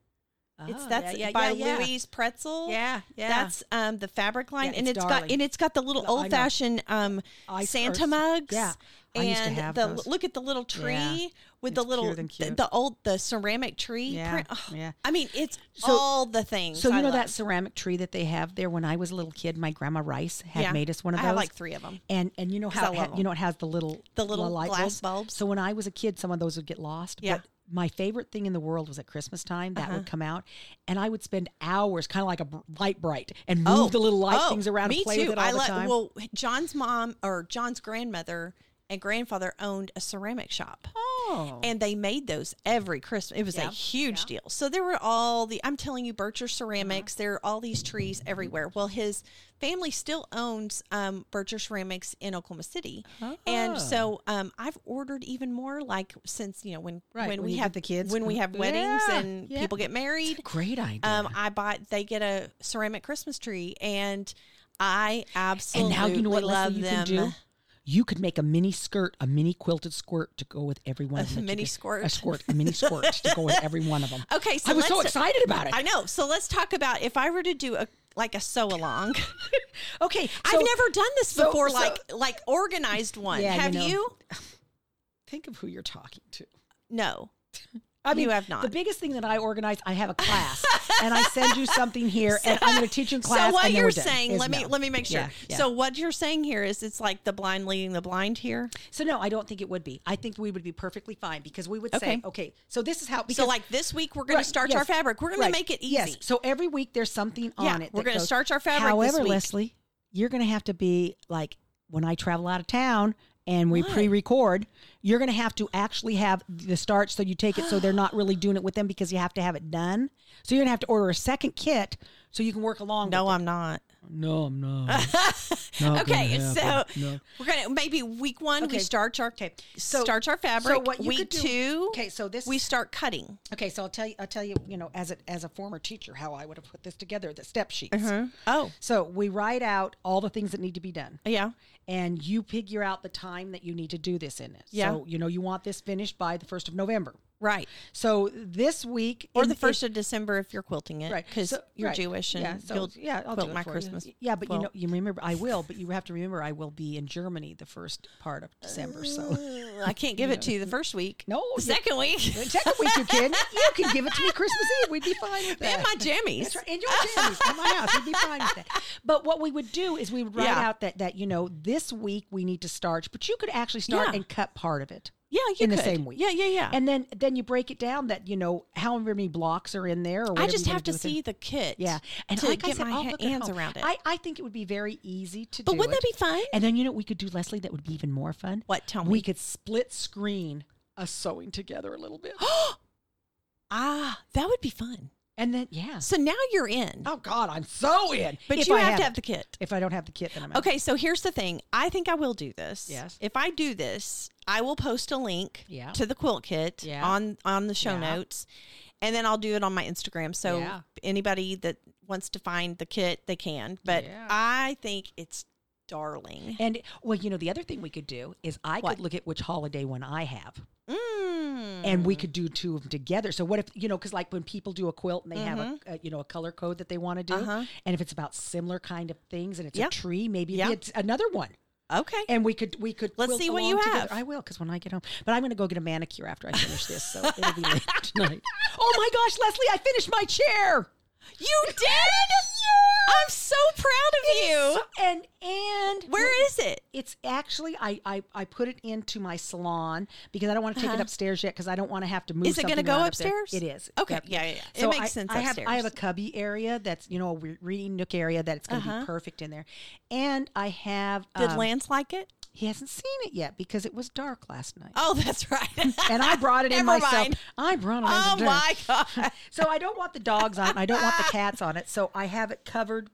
Speaker 1: it's
Speaker 3: Oh,
Speaker 1: that's
Speaker 3: yeah, yeah,
Speaker 1: by
Speaker 3: yeah, yeah.
Speaker 1: Louise Pretzel.
Speaker 3: Yeah, yeah.
Speaker 1: That's um the fabric line,
Speaker 2: Yeah,
Speaker 1: and
Speaker 2: it's
Speaker 1: it's got
Speaker 2: darling.
Speaker 1: and it's got the little
Speaker 2: I know.
Speaker 1: old fashioned um
Speaker 2: Ice
Speaker 1: Santa
Speaker 2: purse.
Speaker 1: mugs.
Speaker 2: Yeah. I
Speaker 1: and
Speaker 2: used to have
Speaker 1: the
Speaker 2: those.
Speaker 1: look at the little tree
Speaker 2: Yeah.
Speaker 1: with
Speaker 2: It's
Speaker 1: the little
Speaker 2: cuter than
Speaker 1: the-
Speaker 2: cute.
Speaker 1: The, old the ceramic tree
Speaker 2: Yeah,
Speaker 1: print. Oh,
Speaker 2: yeah.
Speaker 1: I mean, it's
Speaker 2: So-
Speaker 1: all the things.
Speaker 2: So you
Speaker 1: I
Speaker 2: know
Speaker 1: love.
Speaker 2: that ceramic tree that they have there. When I was a little kid, my grandma Rice had
Speaker 1: Yeah.
Speaker 2: made us one of
Speaker 1: I
Speaker 2: those.
Speaker 1: have like three of them.
Speaker 2: And and you know
Speaker 1: 'Cause
Speaker 2: how
Speaker 1: I
Speaker 2: it ha-
Speaker 1: love
Speaker 2: you know it has the little
Speaker 1: The little
Speaker 2: light
Speaker 1: glass
Speaker 2: bulbs.
Speaker 1: bulbs.
Speaker 2: So when I was a kid, some of those would get lost.
Speaker 1: Yeah. Uh-huh.
Speaker 2: But my favorite thing in the world was at Christmas time that would come out, and I would spend hours, kind of like a br- light bright, and move the little light
Speaker 1: oh,
Speaker 2: things around
Speaker 1: Me
Speaker 2: and play
Speaker 1: too.
Speaker 2: with it all
Speaker 1: I
Speaker 2: the
Speaker 1: love.
Speaker 2: time.
Speaker 1: Well, John's mom or John's grandmother and grandfather owned a ceramic shop.
Speaker 2: oh,
Speaker 1: And they made those every Christmas. It was a
Speaker 2: Yeah, Uh-huh.
Speaker 1: huge deal. So there were all the, I'm telling you, Bircher Ceramics, there are all these trees everywhere. Well, his family still owns um, Bircher Ceramics in Oklahoma City. And so um, I've ordered even more, like since, you know, when,
Speaker 2: Ah. Right,
Speaker 1: when,
Speaker 2: when
Speaker 1: we
Speaker 2: you
Speaker 1: have
Speaker 2: get the kids
Speaker 1: when we
Speaker 2: come-
Speaker 1: have weddings
Speaker 2: Yeah,
Speaker 1: and
Speaker 2: yeah.
Speaker 1: people get married.
Speaker 2: great idea.
Speaker 1: Um, I bought. They get a ceramic Christmas tree, and I
Speaker 2: and
Speaker 1: absolutely
Speaker 2: now you know what
Speaker 1: love
Speaker 2: Leslie, you
Speaker 1: them.
Speaker 2: can do. You could make a mini skirt, a mini quilted skirt to go with every one of them. that you
Speaker 1: mini
Speaker 2: did.
Speaker 1: squirt.
Speaker 2: a squirt, a mini squirt to go with every one of them.
Speaker 1: Okay, so
Speaker 2: I was so
Speaker 1: let's-
Speaker 2: excited about it.
Speaker 1: I know. So let's talk about if I were to do a like a sew along.
Speaker 2: okay, so
Speaker 1: I've never done this
Speaker 2: so-
Speaker 1: before,
Speaker 2: so-
Speaker 1: like like organized one.
Speaker 2: Yeah, you
Speaker 1: have
Speaker 2: know.
Speaker 1: you?
Speaker 2: think of who you're talking to.
Speaker 1: No.
Speaker 2: I
Speaker 1: You have not.
Speaker 2: The biggest thing that I organize, I have a class, and I send you something here, and I'm going to teach you in class.
Speaker 1: so what
Speaker 2: and then
Speaker 1: you're
Speaker 2: we're done,
Speaker 1: saying?
Speaker 2: is
Speaker 1: Let me
Speaker 2: no.
Speaker 1: let me make sure.
Speaker 2: Yeah, yeah.
Speaker 1: So what you're saying here is it's like the blind leading the blind here.
Speaker 2: so no, I don't think it would be. I think we would be perfectly fine because we would
Speaker 1: Okay.
Speaker 2: say, okay, so this is how. Because,
Speaker 1: so like this week we're going
Speaker 2: Right,
Speaker 1: to start
Speaker 2: yes,
Speaker 1: our fabric. We're going
Speaker 2: right,
Speaker 1: to make it easy.
Speaker 2: Yes. So every week there's something
Speaker 1: Yeah,
Speaker 2: on it.
Speaker 1: we're
Speaker 2: that
Speaker 1: gonna
Speaker 2: goes-
Speaker 1: start our fabric this
Speaker 2: However,
Speaker 1: week.
Speaker 2: Leslie, you're going to have to be like when I travel out of town and we
Speaker 1: What?
Speaker 2: pre-record. You're going to have to actually have the starch so you take it so they're not really doing it with them because you have to have it done. So you're going to have to order a second kit so you can work along.
Speaker 1: No,
Speaker 2: with
Speaker 1: I'm not.
Speaker 2: it. no, I'm not. Not
Speaker 1: Okay,
Speaker 2: gonna
Speaker 1: so
Speaker 2: happen. No.
Speaker 1: we're gonna maybe week one we
Speaker 2: Okay.
Speaker 1: starch our okay.
Speaker 2: So-
Speaker 1: starch our fabric.
Speaker 2: so what you
Speaker 1: week
Speaker 2: could do-
Speaker 1: two,
Speaker 2: okay, so this
Speaker 1: we
Speaker 2: is-
Speaker 1: start cutting.
Speaker 2: Okay, so I'll tell you. I'll tell you. You know, as a, as a former teacher, how I would have put this together, the step sheets.
Speaker 1: Oh
Speaker 2: So we write out all the things that need to be done.
Speaker 1: yeah,
Speaker 2: and you figure out the time that you need to do this in it.
Speaker 1: Yeah.
Speaker 2: So, you know, you want this finished by the 1st of November.
Speaker 1: right.
Speaker 2: So, this week
Speaker 1: Or
Speaker 2: in-
Speaker 1: the
Speaker 2: in-
Speaker 1: first of December if you're quilting it,
Speaker 2: right
Speaker 1: Because
Speaker 2: so-
Speaker 1: you're
Speaker 2: right.
Speaker 1: Jewish and
Speaker 2: yeah, so,
Speaker 1: you'll
Speaker 2: yeah, I'll
Speaker 1: quilt
Speaker 2: do it
Speaker 1: my
Speaker 2: for you.
Speaker 1: Christmas.
Speaker 2: Yeah, but
Speaker 1: quilt.
Speaker 2: you know, you remember I will, but you have to remember I will be in Germany the first part of December. So,
Speaker 1: I can't give it to you the first week.
Speaker 2: No,
Speaker 1: the
Speaker 2: you-
Speaker 1: Uh, second week.
Speaker 2: second week you can you can give it to me Christmas Eve. We'd be fine with that.
Speaker 1: In my jammies.
Speaker 2: That's right. Enjoy jammies at my house. We'd be fine with that. But what we would do is we would write
Speaker 1: Yeah.
Speaker 2: out that that you know this week we need to starch, but you could actually start
Speaker 1: Yeah.
Speaker 2: and cut part of it.
Speaker 1: Yeah, you
Speaker 2: in the
Speaker 1: could.
Speaker 2: same week.
Speaker 1: Yeah, yeah, yeah.
Speaker 2: And then then you break it down that you know however many blocks are in there. Or
Speaker 1: I
Speaker 2: whatever
Speaker 1: just
Speaker 2: you wanna
Speaker 1: have
Speaker 2: do
Speaker 1: to
Speaker 2: with it.
Speaker 1: see the kit.
Speaker 2: Yeah, and
Speaker 1: to
Speaker 2: like I
Speaker 1: get
Speaker 2: said,
Speaker 1: my
Speaker 2: I'll
Speaker 1: ha-
Speaker 2: look at
Speaker 1: hands
Speaker 2: home.
Speaker 1: around it.
Speaker 2: I, I think it would be very easy to
Speaker 1: but
Speaker 2: do.
Speaker 1: wouldn't
Speaker 2: it.
Speaker 1: that be fun?
Speaker 2: And then you know what we could do, Leslie. That would be even more fun.
Speaker 1: What? Tell
Speaker 2: We
Speaker 1: me.
Speaker 2: could split screen us sewing together a little bit,
Speaker 1: ah, that would be fun.
Speaker 2: and then yeah.
Speaker 1: So now you're in,
Speaker 2: Oh God, I'm so in.
Speaker 1: but
Speaker 2: If
Speaker 1: you
Speaker 2: I
Speaker 1: have to
Speaker 2: it.
Speaker 1: have the kit.
Speaker 2: If I don't have the kit, then I'm out.
Speaker 1: Okay, so here's the thing. I think I will do this.
Speaker 2: Yes.
Speaker 1: If I do this, I will post a link
Speaker 2: Yeah.
Speaker 1: to the quilt kit
Speaker 2: Yeah.
Speaker 1: on on the show
Speaker 2: Yeah.
Speaker 1: notes, and then I'll do it on my Instagram. So
Speaker 2: Yeah.
Speaker 1: anybody that wants to find the kit, they can. But
Speaker 2: Yeah.
Speaker 1: I think it's darling.
Speaker 2: And well, you know, the other thing we could do is I
Speaker 1: What?
Speaker 2: could look at which holiday one I have.
Speaker 1: Mm.
Speaker 2: and we could do two of them together. So what if you know? Because like when people do a quilt and they have a, a you know a color code that they want to do,
Speaker 1: Mm-hmm. Uh-huh.
Speaker 2: and if it's about similar kind of things and it's
Speaker 1: Yeah.
Speaker 2: a tree, maybe
Speaker 1: Yeah.
Speaker 2: it's another one.
Speaker 1: okay.
Speaker 2: And we could we could
Speaker 1: Let's
Speaker 2: quilt
Speaker 1: see what you
Speaker 2: along together.
Speaker 1: have.
Speaker 2: I will because when I get home, but I'm going to go get a manicure after I finish this, so it'll be late tonight. Oh my gosh, Leslie, I finished my chair.
Speaker 1: you did. I'm so proud of you.
Speaker 2: And and
Speaker 1: Where is it?
Speaker 2: it's actually I, I I put it into my salon because I don't want to take it upstairs yet because I don't want to have to move.
Speaker 1: Uh-huh. Is it
Speaker 2: going to
Speaker 1: go
Speaker 2: It
Speaker 1: upstairs?
Speaker 2: is.
Speaker 1: Okay. Yeah, yeah, yeah. It makes
Speaker 2: I,
Speaker 1: sense
Speaker 2: I have I
Speaker 1: upstairs.
Speaker 2: have a cubby area that's you know a re- reading nook area that it's going to be perfect in there, and I have
Speaker 1: Uh-huh. Did
Speaker 2: um,
Speaker 1: Lance like it?
Speaker 2: he hasn't seen it yet because it was dark last night.
Speaker 1: Oh, that's right.
Speaker 2: And I brought it in
Speaker 1: Never
Speaker 2: myself.
Speaker 1: mind.
Speaker 2: I brought it.
Speaker 1: oh
Speaker 2: in today.
Speaker 1: my god.
Speaker 2: So I don't want the dogs on it. and I don't want the cats on it. So I have it covered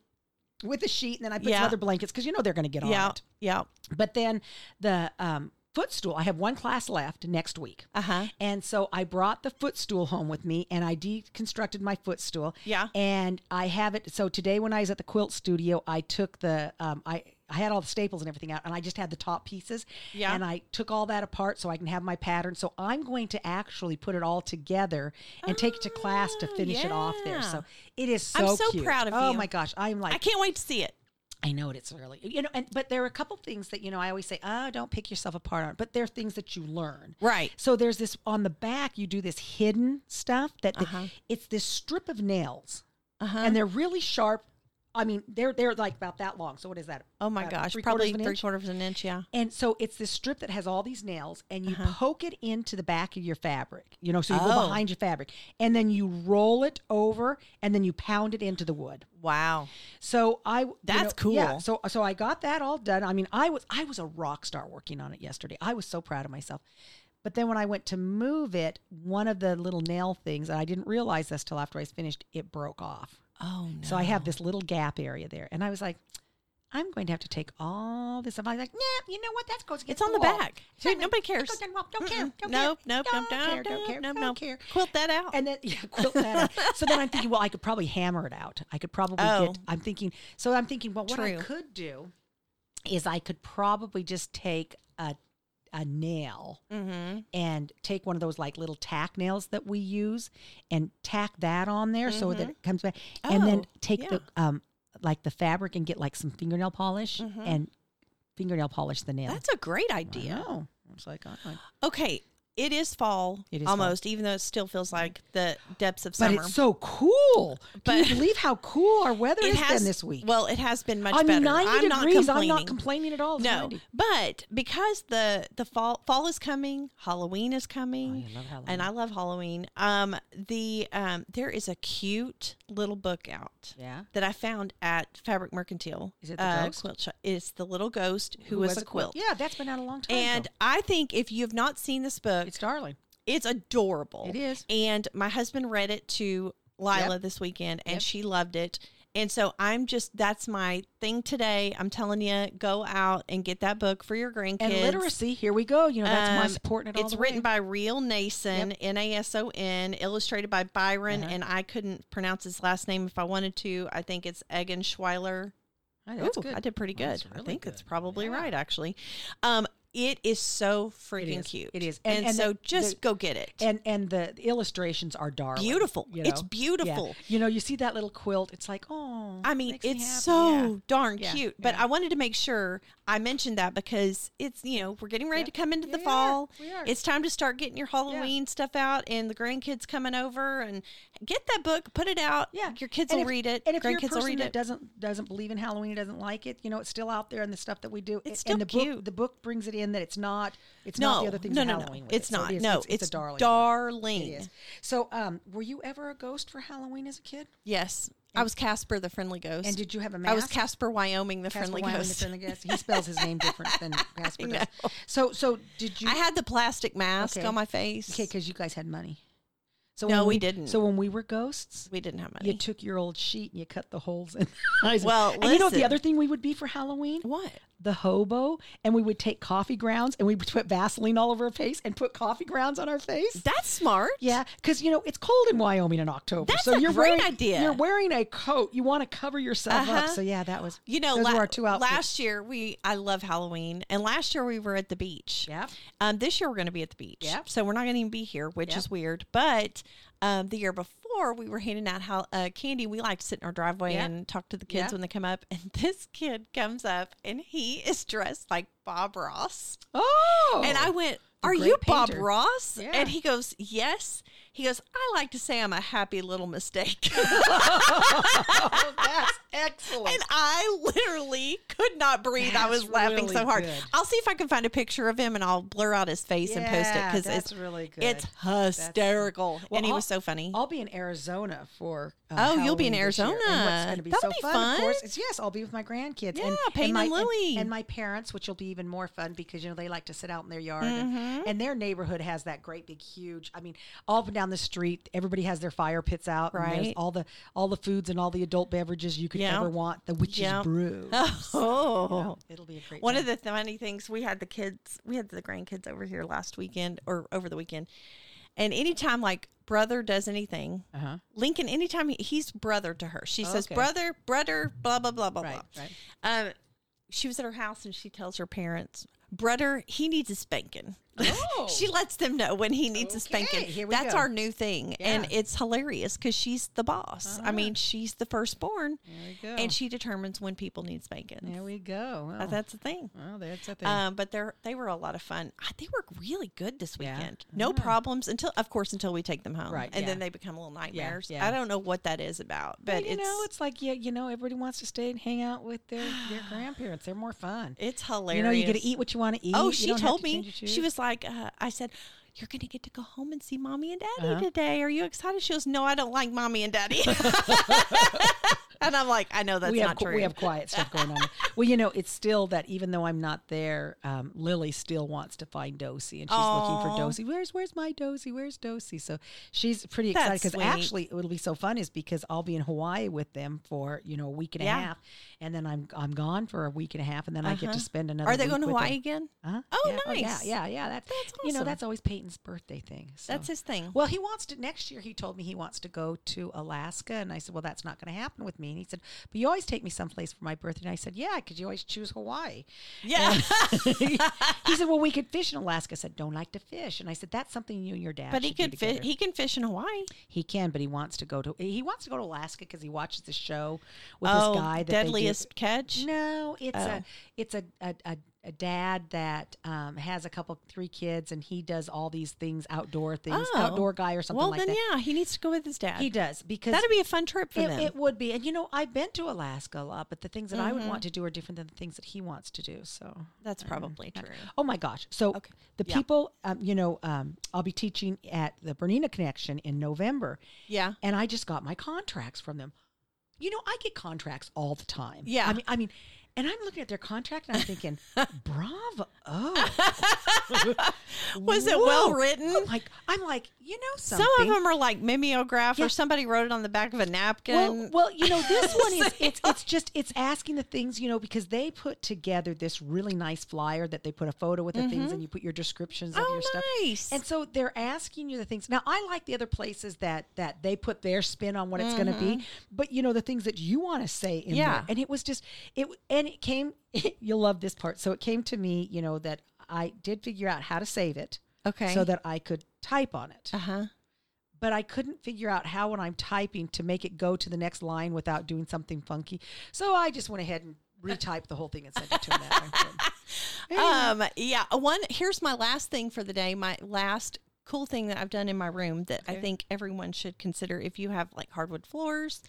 Speaker 2: with a sheet, and then I put
Speaker 1: Yeah.
Speaker 2: some other blankets because you know they're going to get on
Speaker 1: Yeah.
Speaker 2: it.
Speaker 1: Yeah.
Speaker 2: But then the um, footstool, I have one class left next week.
Speaker 1: Uh huh.
Speaker 2: And so I brought the footstool home with me and I deconstructed my footstool.
Speaker 1: Yeah.
Speaker 2: And I have it. So today when I was at the quilt studio, I took the, um, I, I had all the staples and everything out and I just had the top pieces.
Speaker 1: Yeah.
Speaker 2: And I took all that apart so I can have my pattern. So I'm going to actually put it all together and take it to class to
Speaker 1: Oh,
Speaker 2: finish it off there.
Speaker 1: yeah.
Speaker 2: So it is so
Speaker 1: Ah. I'm so
Speaker 2: cute.
Speaker 1: proud of
Speaker 2: Oh
Speaker 1: you.
Speaker 2: my gosh. I'm like,
Speaker 1: I can't wait to see it.
Speaker 2: I know it. It's really, you know, and but there are a couple things that you know. I always say, oh, don't pick yourself apart on, but there are things that you learn.
Speaker 1: Right.
Speaker 2: So there's this on the back. You do this hidden stuff that the- it's this strip of nails,
Speaker 1: Uh-huh.
Speaker 2: and they're really sharp. I mean, they're they're like about that long. So what is that?
Speaker 1: Oh my
Speaker 2: About
Speaker 1: gosh.
Speaker 2: three-quarters
Speaker 1: Probably
Speaker 2: of an
Speaker 1: three
Speaker 2: inch?
Speaker 1: quarters of an inch. Yeah.
Speaker 2: And so it's this strip that has all these nails, and you poke it into the back of your fabric, you know, so you go
Speaker 1: Uh-huh. Oh.
Speaker 2: behind your fabric, and then you roll it over, and then you pound it into the wood.
Speaker 1: Wow.
Speaker 2: So I you
Speaker 1: That's
Speaker 2: know, Yeah.
Speaker 1: cool.
Speaker 2: So so I got that all done. I mean, I was I was a rock star working on it yesterday. I was so proud of myself. But then when I went to move it, one of the little nail things, and I didn't realize this till after I was finished, it broke off.
Speaker 1: Oh no.
Speaker 2: So I have this little gap area there, and I was like, I'm going to have to take all this. off. I was like, Nah, you know what? That goes against
Speaker 1: It's on the
Speaker 2: wall.
Speaker 1: back. Dude, nobody cares.
Speaker 2: It goes against the wall. Don't care.
Speaker 1: Mm-mm.
Speaker 2: Don't
Speaker 1: Nope, nope,
Speaker 2: care.
Speaker 1: nope,
Speaker 2: Don't care.
Speaker 1: nope,
Speaker 2: Don't care.
Speaker 1: nope, nope,
Speaker 2: Don't
Speaker 1: nope.
Speaker 2: care.
Speaker 1: Quilt that out.
Speaker 2: And then yeah, quilt that out. So then I'm thinking, well, I could probably hammer it out. I could probably
Speaker 1: Oh.
Speaker 2: get. I'm thinking. So I'm thinking, well, what I
Speaker 1: True.
Speaker 2: could do is I could probably just take a a nail
Speaker 1: mm-hmm.
Speaker 2: and take one of those like little tack nails that we use and tack that on there so that it comes back. and then
Speaker 1: Mm-hmm. Oh,
Speaker 2: take the
Speaker 1: yeah. Mm-hmm.
Speaker 2: um like the fabric and get like some fingernail polish and fingernail polish the nail.
Speaker 1: That's a great
Speaker 2: I
Speaker 1: idea.
Speaker 2: know. It's like, oh, my-
Speaker 1: Okay. It is fall
Speaker 2: It is fall. Mm-hmm.
Speaker 1: almost, even though it still feels like the depths of
Speaker 2: but
Speaker 1: summer.
Speaker 2: it's so cool. Can
Speaker 1: But-
Speaker 2: you believe how cool our weather
Speaker 1: it
Speaker 2: has,
Speaker 1: has
Speaker 2: been this week?
Speaker 1: Well, it has been much
Speaker 2: I
Speaker 1: better.
Speaker 2: mean, 90
Speaker 1: I'm not
Speaker 2: degrees.
Speaker 1: complaining.
Speaker 2: I'm not complaining at all. It's
Speaker 1: No,
Speaker 2: 90.
Speaker 1: but because the the fall fall is coming, Halloween is coming,
Speaker 2: I love Halloween.
Speaker 1: and I love Halloween. Um, the um, there is a cute little book out
Speaker 2: Yeah.
Speaker 1: that I found at Fabric Mercantile. Uh,
Speaker 2: Is it the ghost?
Speaker 1: Quilt shop. It's the little ghost who, was, a quilt.
Speaker 2: Yeah, that's been out a long time.
Speaker 1: And
Speaker 2: ago.
Speaker 1: I think if you have not seen this book,
Speaker 2: it's darling.
Speaker 1: it's adorable.
Speaker 2: It is.
Speaker 1: And my husband read it to Lila
Speaker 2: Yep.
Speaker 1: this weekend and
Speaker 2: Yep.
Speaker 1: she loved it. And so I'm just that's my thing today. I'm telling you, go out and get that book for your grandkids.
Speaker 2: And literacy, here we go. You know, that's my
Speaker 1: Um,
Speaker 2: supporting it all
Speaker 1: It's
Speaker 2: the
Speaker 1: written
Speaker 2: way.
Speaker 1: by Real Nason, N A S O N, illustrated by Byron,
Speaker 2: Uh-huh.
Speaker 1: and I couldn't pronounce his last name if I wanted to. I think it's Egan Schweiler.
Speaker 2: I think that's
Speaker 1: Ooh,
Speaker 2: good.
Speaker 1: I did pretty good.
Speaker 2: That's
Speaker 1: I
Speaker 2: really
Speaker 1: think that's
Speaker 2: good.
Speaker 1: probably
Speaker 2: Yeah.
Speaker 1: right, actually. Um, it is so freaking
Speaker 2: is.
Speaker 1: cute.
Speaker 2: It is.
Speaker 1: and,
Speaker 2: And- and
Speaker 1: so
Speaker 2: the-
Speaker 1: just
Speaker 2: the-
Speaker 1: go get it.
Speaker 2: And and the, the illustrations are darling.
Speaker 1: Beautiful.
Speaker 2: you
Speaker 1: It's
Speaker 2: know?
Speaker 1: beautiful.
Speaker 2: Yeah. You know, you see that little quilt. It's like, oh.
Speaker 1: I mean,
Speaker 2: makes me
Speaker 1: it's
Speaker 2: happy.
Speaker 1: so
Speaker 2: Yeah.
Speaker 1: darn
Speaker 2: Yeah,
Speaker 1: cute. But
Speaker 2: yeah.
Speaker 1: I wanted to make sure I mentioned that because it's you know we're getting ready to come into the
Speaker 2: We are.
Speaker 1: fall.
Speaker 2: We are.
Speaker 1: It's time to start getting your Halloween stuff out, and the grandkids coming over and get that book, put it out.
Speaker 2: Yeah,
Speaker 1: your kids
Speaker 2: And
Speaker 1: will
Speaker 2: if-
Speaker 1: read it.
Speaker 2: And if you're a
Speaker 1: grandkids will
Speaker 2: person
Speaker 1: read
Speaker 2: that
Speaker 1: it.
Speaker 2: doesn't doesn't believe in Halloween, doesn't like it, you know, it's still out there in the stuff that we do.
Speaker 1: It's
Speaker 2: and
Speaker 1: still
Speaker 2: the
Speaker 1: cute.
Speaker 2: Book, the book brings it in that it's not it's
Speaker 1: no,
Speaker 2: not the other things
Speaker 1: no,
Speaker 2: in
Speaker 1: no,
Speaker 2: Halloween.
Speaker 1: no.
Speaker 2: with it.
Speaker 1: It's
Speaker 2: So it
Speaker 1: not.
Speaker 2: is-
Speaker 1: no,
Speaker 2: it's, it's, a darling. book.
Speaker 1: darling.
Speaker 2: It is. So, um, were you ever a ghost for Halloween as a kid?
Speaker 1: Yes, I was Casper the Friendly Ghost.
Speaker 2: And did you have a
Speaker 1: I was
Speaker 2: mask?
Speaker 1: Casper Wyoming the
Speaker 2: Casper
Speaker 1: Friendly
Speaker 2: Wyoming, the
Speaker 1: Ghost.
Speaker 2: friendly ghost. He spells his name different than Casper
Speaker 1: know.
Speaker 2: does. So, so did you?
Speaker 1: I had the plastic mask
Speaker 2: Okay.
Speaker 1: on my face.
Speaker 2: okay, because you guys had money. So
Speaker 1: No,
Speaker 2: when
Speaker 1: we didn't.
Speaker 2: So when we were ghosts,
Speaker 1: we didn't have money.
Speaker 2: you took your old sheet and you cut the holes in. the eyes.
Speaker 1: Well,
Speaker 2: and you know what
Speaker 1: listen.
Speaker 2: the other thing we would be for Halloween?
Speaker 1: what?
Speaker 2: the hobo and we would take coffee grounds and we would put Vaseline all over our face and put coffee grounds on our face.
Speaker 1: That's smart.
Speaker 2: Yeah, because you know it's cold in Wyoming in October.
Speaker 1: That's
Speaker 2: so
Speaker 1: a
Speaker 2: you're
Speaker 1: great
Speaker 2: wearing,
Speaker 1: idea.
Speaker 2: You're wearing a coat. You want to cover yourself up.
Speaker 1: Uh-huh.
Speaker 2: So yeah, that was
Speaker 1: You know,
Speaker 2: those
Speaker 1: la-
Speaker 2: were our two outfits.
Speaker 1: last year we I love Halloween, and last year we were at the beach.
Speaker 2: Yep.
Speaker 1: Um, this year we're going to be at the beach.
Speaker 2: Yep.
Speaker 1: So we're not going to even be here, which
Speaker 2: Yep.
Speaker 1: is weird. But um, the year before we were handing out how, uh, candy. We like to sit in our driveway
Speaker 2: Yep.
Speaker 1: and talk to the kids
Speaker 2: Yep.
Speaker 1: when they come up, and this kid comes up and he is dressed like Bob Ross,
Speaker 2: Oh,
Speaker 1: and I went.
Speaker 2: a
Speaker 1: Are
Speaker 2: great
Speaker 1: you Bob
Speaker 2: painter."
Speaker 1: Ross?
Speaker 2: Yeah.
Speaker 1: And he goes, Yes. He goes, I like to say I'm a happy little mistake.
Speaker 2: Oh, that's excellent.
Speaker 1: And I literally could not breathe. I
Speaker 2: That's
Speaker 1: was laughing so
Speaker 2: really
Speaker 1: hard.
Speaker 2: good.
Speaker 1: I'll see if I can find a picture of him and I'll blur out his face and post it
Speaker 2: Yeah,
Speaker 1: because
Speaker 2: that's
Speaker 1: it's
Speaker 2: really good.
Speaker 1: It's hysterical,
Speaker 2: Well,
Speaker 1: and he
Speaker 2: I'll-
Speaker 1: was so funny.
Speaker 2: I'll be in Arizona for uh,
Speaker 1: Oh, you'll be in
Speaker 2: Halloween this year. And
Speaker 1: Arizona.
Speaker 2: what's going to be
Speaker 1: That'll
Speaker 2: so
Speaker 1: be
Speaker 2: fun,
Speaker 1: fun.
Speaker 2: Of course, is yes, I'll be with my grandkids.
Speaker 1: Yeah,
Speaker 2: and,
Speaker 1: Peyton
Speaker 2: and my,
Speaker 1: and Lily.
Speaker 2: and, my parents, which will be even more fun because you know they like to sit out in their yard,
Speaker 1: Mm-hmm.
Speaker 2: and, and their neighborhood has that great big huge. I mean, all up and down the street, everybody has their fire pits out, and there's
Speaker 1: Right.
Speaker 2: all the all the foods and all the adult beverages you could
Speaker 1: Yeah.
Speaker 2: ever want. The witch's
Speaker 1: Yeah.
Speaker 2: brew.
Speaker 1: Oh,
Speaker 2: It'll be a great.
Speaker 1: one of
Speaker 2: time.
Speaker 1: the funny things we had the kids, we had the grandkids over here last weekend or over the weekend, and anytime like brother does anything,
Speaker 2: Uh-huh.
Speaker 1: Lincoln, anytime he, he's brother to her, she says
Speaker 2: Okay.
Speaker 1: brother, brother, blah blah blah blah
Speaker 2: Right,
Speaker 1: blah.
Speaker 2: right.
Speaker 1: Um, she was at her house and she tells her parents, brother, he needs a spanking. she lets them know when he needs a spanking.
Speaker 2: Oh. Okay, here we
Speaker 1: That's
Speaker 2: go.
Speaker 1: our new thing, and
Speaker 2: Yeah. Ah.
Speaker 1: it's hilarious because she's the boss. I mean, she's the firstborn,
Speaker 2: There we go.
Speaker 1: and she determines when people need spankings.
Speaker 2: there we go. Well,
Speaker 1: That's the thing.
Speaker 2: well, that's a thing.
Speaker 1: Um, but they they were a lot of fun. I, they were really good this weekend. No problems until, of course, until we take them home,
Speaker 2: Right,
Speaker 1: and
Speaker 2: yeah.
Speaker 1: then they become little nightmares.
Speaker 2: yeah.
Speaker 1: I don't know what that is about, but
Speaker 2: But you
Speaker 1: it's,
Speaker 2: know, it's like yeah, you know, everybody wants to stay and hang out with their their grandparents. They're more fun.
Speaker 1: it's hilarious.
Speaker 2: You know, you get to eat what you want to eat.
Speaker 1: Oh,
Speaker 2: You
Speaker 1: she
Speaker 2: don't have
Speaker 1: told
Speaker 2: to
Speaker 1: me.
Speaker 2: change your
Speaker 1: She
Speaker 2: shoes.
Speaker 1: was like, uh, I said, You're going to get to go home and see mommy and daddy
Speaker 2: Uh-huh.
Speaker 1: today. Are you excited? She goes, No, I don't like mommy and daddy. and I'm like, I know that's
Speaker 2: we have
Speaker 1: not
Speaker 2: qu-
Speaker 1: true.
Speaker 2: we have quiet stuff going on. well, you know, it's still that even though I'm not there, um, Lily still wants to find Dosey, and she's looking
Speaker 1: Aw.
Speaker 2: for Dosey. Where's where's my Dosey? Where's Dosey? So she's pretty
Speaker 1: That's
Speaker 2: excited
Speaker 1: sweet.
Speaker 2: because actually it'll be so fun is because I'll be in Hawaii with them for you know a week and
Speaker 1: Yeah.
Speaker 2: a half, and then I'm I'm gone for a week and a half, and then I get
Speaker 1: Uh-huh.
Speaker 2: to spend another.
Speaker 1: Are they
Speaker 2: week
Speaker 1: going to
Speaker 2: with them.
Speaker 1: Hawaii again?
Speaker 2: Huh?
Speaker 1: Oh,
Speaker 2: yeah. yeah,
Speaker 1: nice.
Speaker 2: yeah, yeah. That's,
Speaker 1: That's
Speaker 2: you know
Speaker 1: awesome.
Speaker 2: that's always Peyton's birthday thing. So.
Speaker 1: That's his thing.
Speaker 2: Well, he wants to next year. He told me he wants to go to Alaska, and I said, "Well, that's not going to happen with me." And he said, "But you always take me someplace for my birthday." And I said, "Yeah, because you always choose Hawaii."
Speaker 1: yeah.
Speaker 2: He said, "Well, we could fish in Alaska." I said, "Don't like to fish," and I said, "That's something you and your dad."
Speaker 1: but he
Speaker 2: should do
Speaker 1: could fish.
Speaker 2: together."
Speaker 1: He can fish in Hawaii.
Speaker 2: He can, but he wants to go to he wants to go to Alaska because he watches the show with
Speaker 1: oh,
Speaker 2: this guy. That they do-
Speaker 1: deadliest catch.
Speaker 2: No, it's
Speaker 1: Oh.
Speaker 2: a it's a a, a, a dad that um, has a couple three kids and he does all these things outdoor things
Speaker 1: Oh.
Speaker 2: outdoor guy or something
Speaker 1: well,
Speaker 2: like
Speaker 1: then
Speaker 2: that.
Speaker 1: yeah, he needs to go with his dad.
Speaker 2: He does because
Speaker 1: That'd be a fun trip for
Speaker 2: it,
Speaker 1: them.
Speaker 2: it would be and you know I've been to Alaska a lot, but the things that I would want to do are different than the things that he wants to do. So
Speaker 1: That's probably true.
Speaker 2: Oh my gosh. So
Speaker 1: Okay.
Speaker 2: the
Speaker 1: Yeah.
Speaker 2: people, um, you know, um, I'll be teaching at the Bernina Connection in November.
Speaker 1: Yeah.
Speaker 2: And I just got my contracts from them. You know, I get contracts all the time.
Speaker 1: Yeah.
Speaker 2: I mean, I mean, and I'm looking at their contract and I'm thinking, bravo.
Speaker 1: Was it well
Speaker 2: Whoa.
Speaker 1: written?
Speaker 2: I'm like, I'm like, you know
Speaker 1: Some
Speaker 2: something.
Speaker 1: of them are like mimeograph, or somebody wrote it on the back of a napkin.
Speaker 2: Well, well, you know, this one is it's it's just it's asking the things, you know, because they put together this really nice flyer that they put a photo with the things and you put your descriptions of
Speaker 1: Mm-hmm. Oh,
Speaker 2: your stuff.
Speaker 1: nice.
Speaker 2: And so they're asking you the things. Now I like the other places that that they put their spin on what it's gonna be, but you know, the things that you wanna say in
Speaker 1: Mm-hmm. Yeah.
Speaker 2: there. And it was just it and it came you'll love this part. So it came to me, you know, that I did figure out how to save it.
Speaker 1: Okay.
Speaker 2: So that I could type on it
Speaker 1: uh huh.
Speaker 2: but I couldn't figure out how when I'm typing to make it go to the next line without doing something funky. So I just went ahead and retyped the whole thing and sent it to him. That way.
Speaker 1: Um, yeah. One here's my last thing for the day. My last cool thing that I've done in my room that I think everyone should consider if you have like hardwood floors.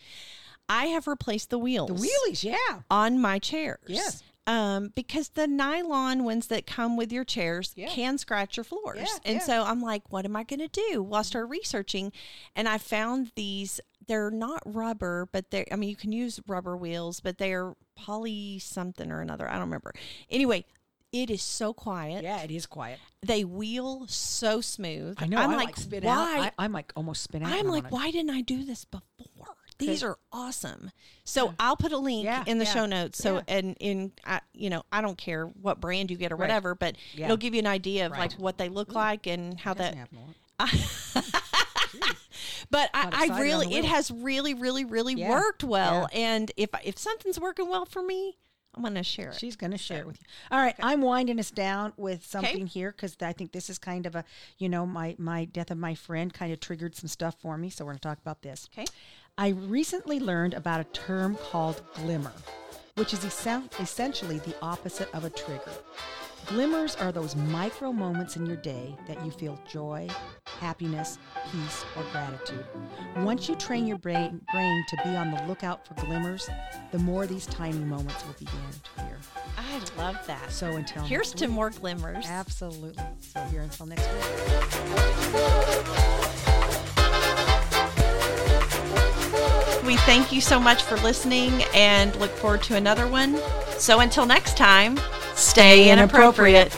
Speaker 1: I have replaced the wheels.
Speaker 2: The wheelies, yeah.
Speaker 1: on my chairs.
Speaker 2: Yes.
Speaker 1: Um, because the nylon ones that come with your chairs
Speaker 2: Yeah.
Speaker 1: can scratch your floors.
Speaker 2: Yeah,
Speaker 1: and
Speaker 2: yeah. Mm-hmm.
Speaker 1: so I'm like, what am I going to do? Well, I started researching and I found these. They're not rubber, but they're, I mean, you can use rubber wheels, but they're poly something or another. I don't remember. Anyway, it is so quiet.
Speaker 2: Yeah, it is quiet.
Speaker 1: They wheel so smooth.
Speaker 2: I know.
Speaker 1: I'm
Speaker 2: I
Speaker 1: like,
Speaker 2: like, spin
Speaker 1: why?
Speaker 2: out. I, I might almost spin out. when
Speaker 1: I'm
Speaker 2: on
Speaker 1: like,
Speaker 2: it.
Speaker 1: why didn't I do this before? These are awesome. So I'll put a link
Speaker 2: Yeah,
Speaker 1: in the
Speaker 2: yeah,
Speaker 1: show notes. So
Speaker 2: yeah.
Speaker 1: and in I, you know, I don't care what brand you get or whatever, but
Speaker 2: Yeah.
Speaker 1: it'll give you an idea of
Speaker 2: Right.
Speaker 1: like what they look like and how that.
Speaker 2: Doesn't happen a lot.
Speaker 1: But
Speaker 2: Got
Speaker 1: I, I
Speaker 2: excited on
Speaker 1: really,
Speaker 2: the
Speaker 1: it
Speaker 2: wheel.
Speaker 1: has really, really, really
Speaker 2: Yeah,
Speaker 1: worked well. And if if something's working well for me, I'm gonna share it.
Speaker 2: She's going to share it with you. All right, I'm winding us down with something here because I think this is kind of a, you know, my my death of my friend kind of triggered some stuff for me. So we're going to talk about this.
Speaker 1: Okay.
Speaker 2: I recently learned about a term called glimmer, which is essen- essentially the opposite of a trigger. Glimmers are those micro moments in your day that you feel joy, happiness, peace, or gratitude. Once you train your brain, brain to be on the lookout for glimmers, the more these tiny moments will begin to appear.
Speaker 1: I love that.
Speaker 2: So until
Speaker 1: Here's
Speaker 2: next
Speaker 1: to
Speaker 2: week-
Speaker 1: more glimmers.
Speaker 2: Absolutely. So here until next week.
Speaker 1: We thank you so much for listening and look forward to another one. So until next time, stay inappropriate.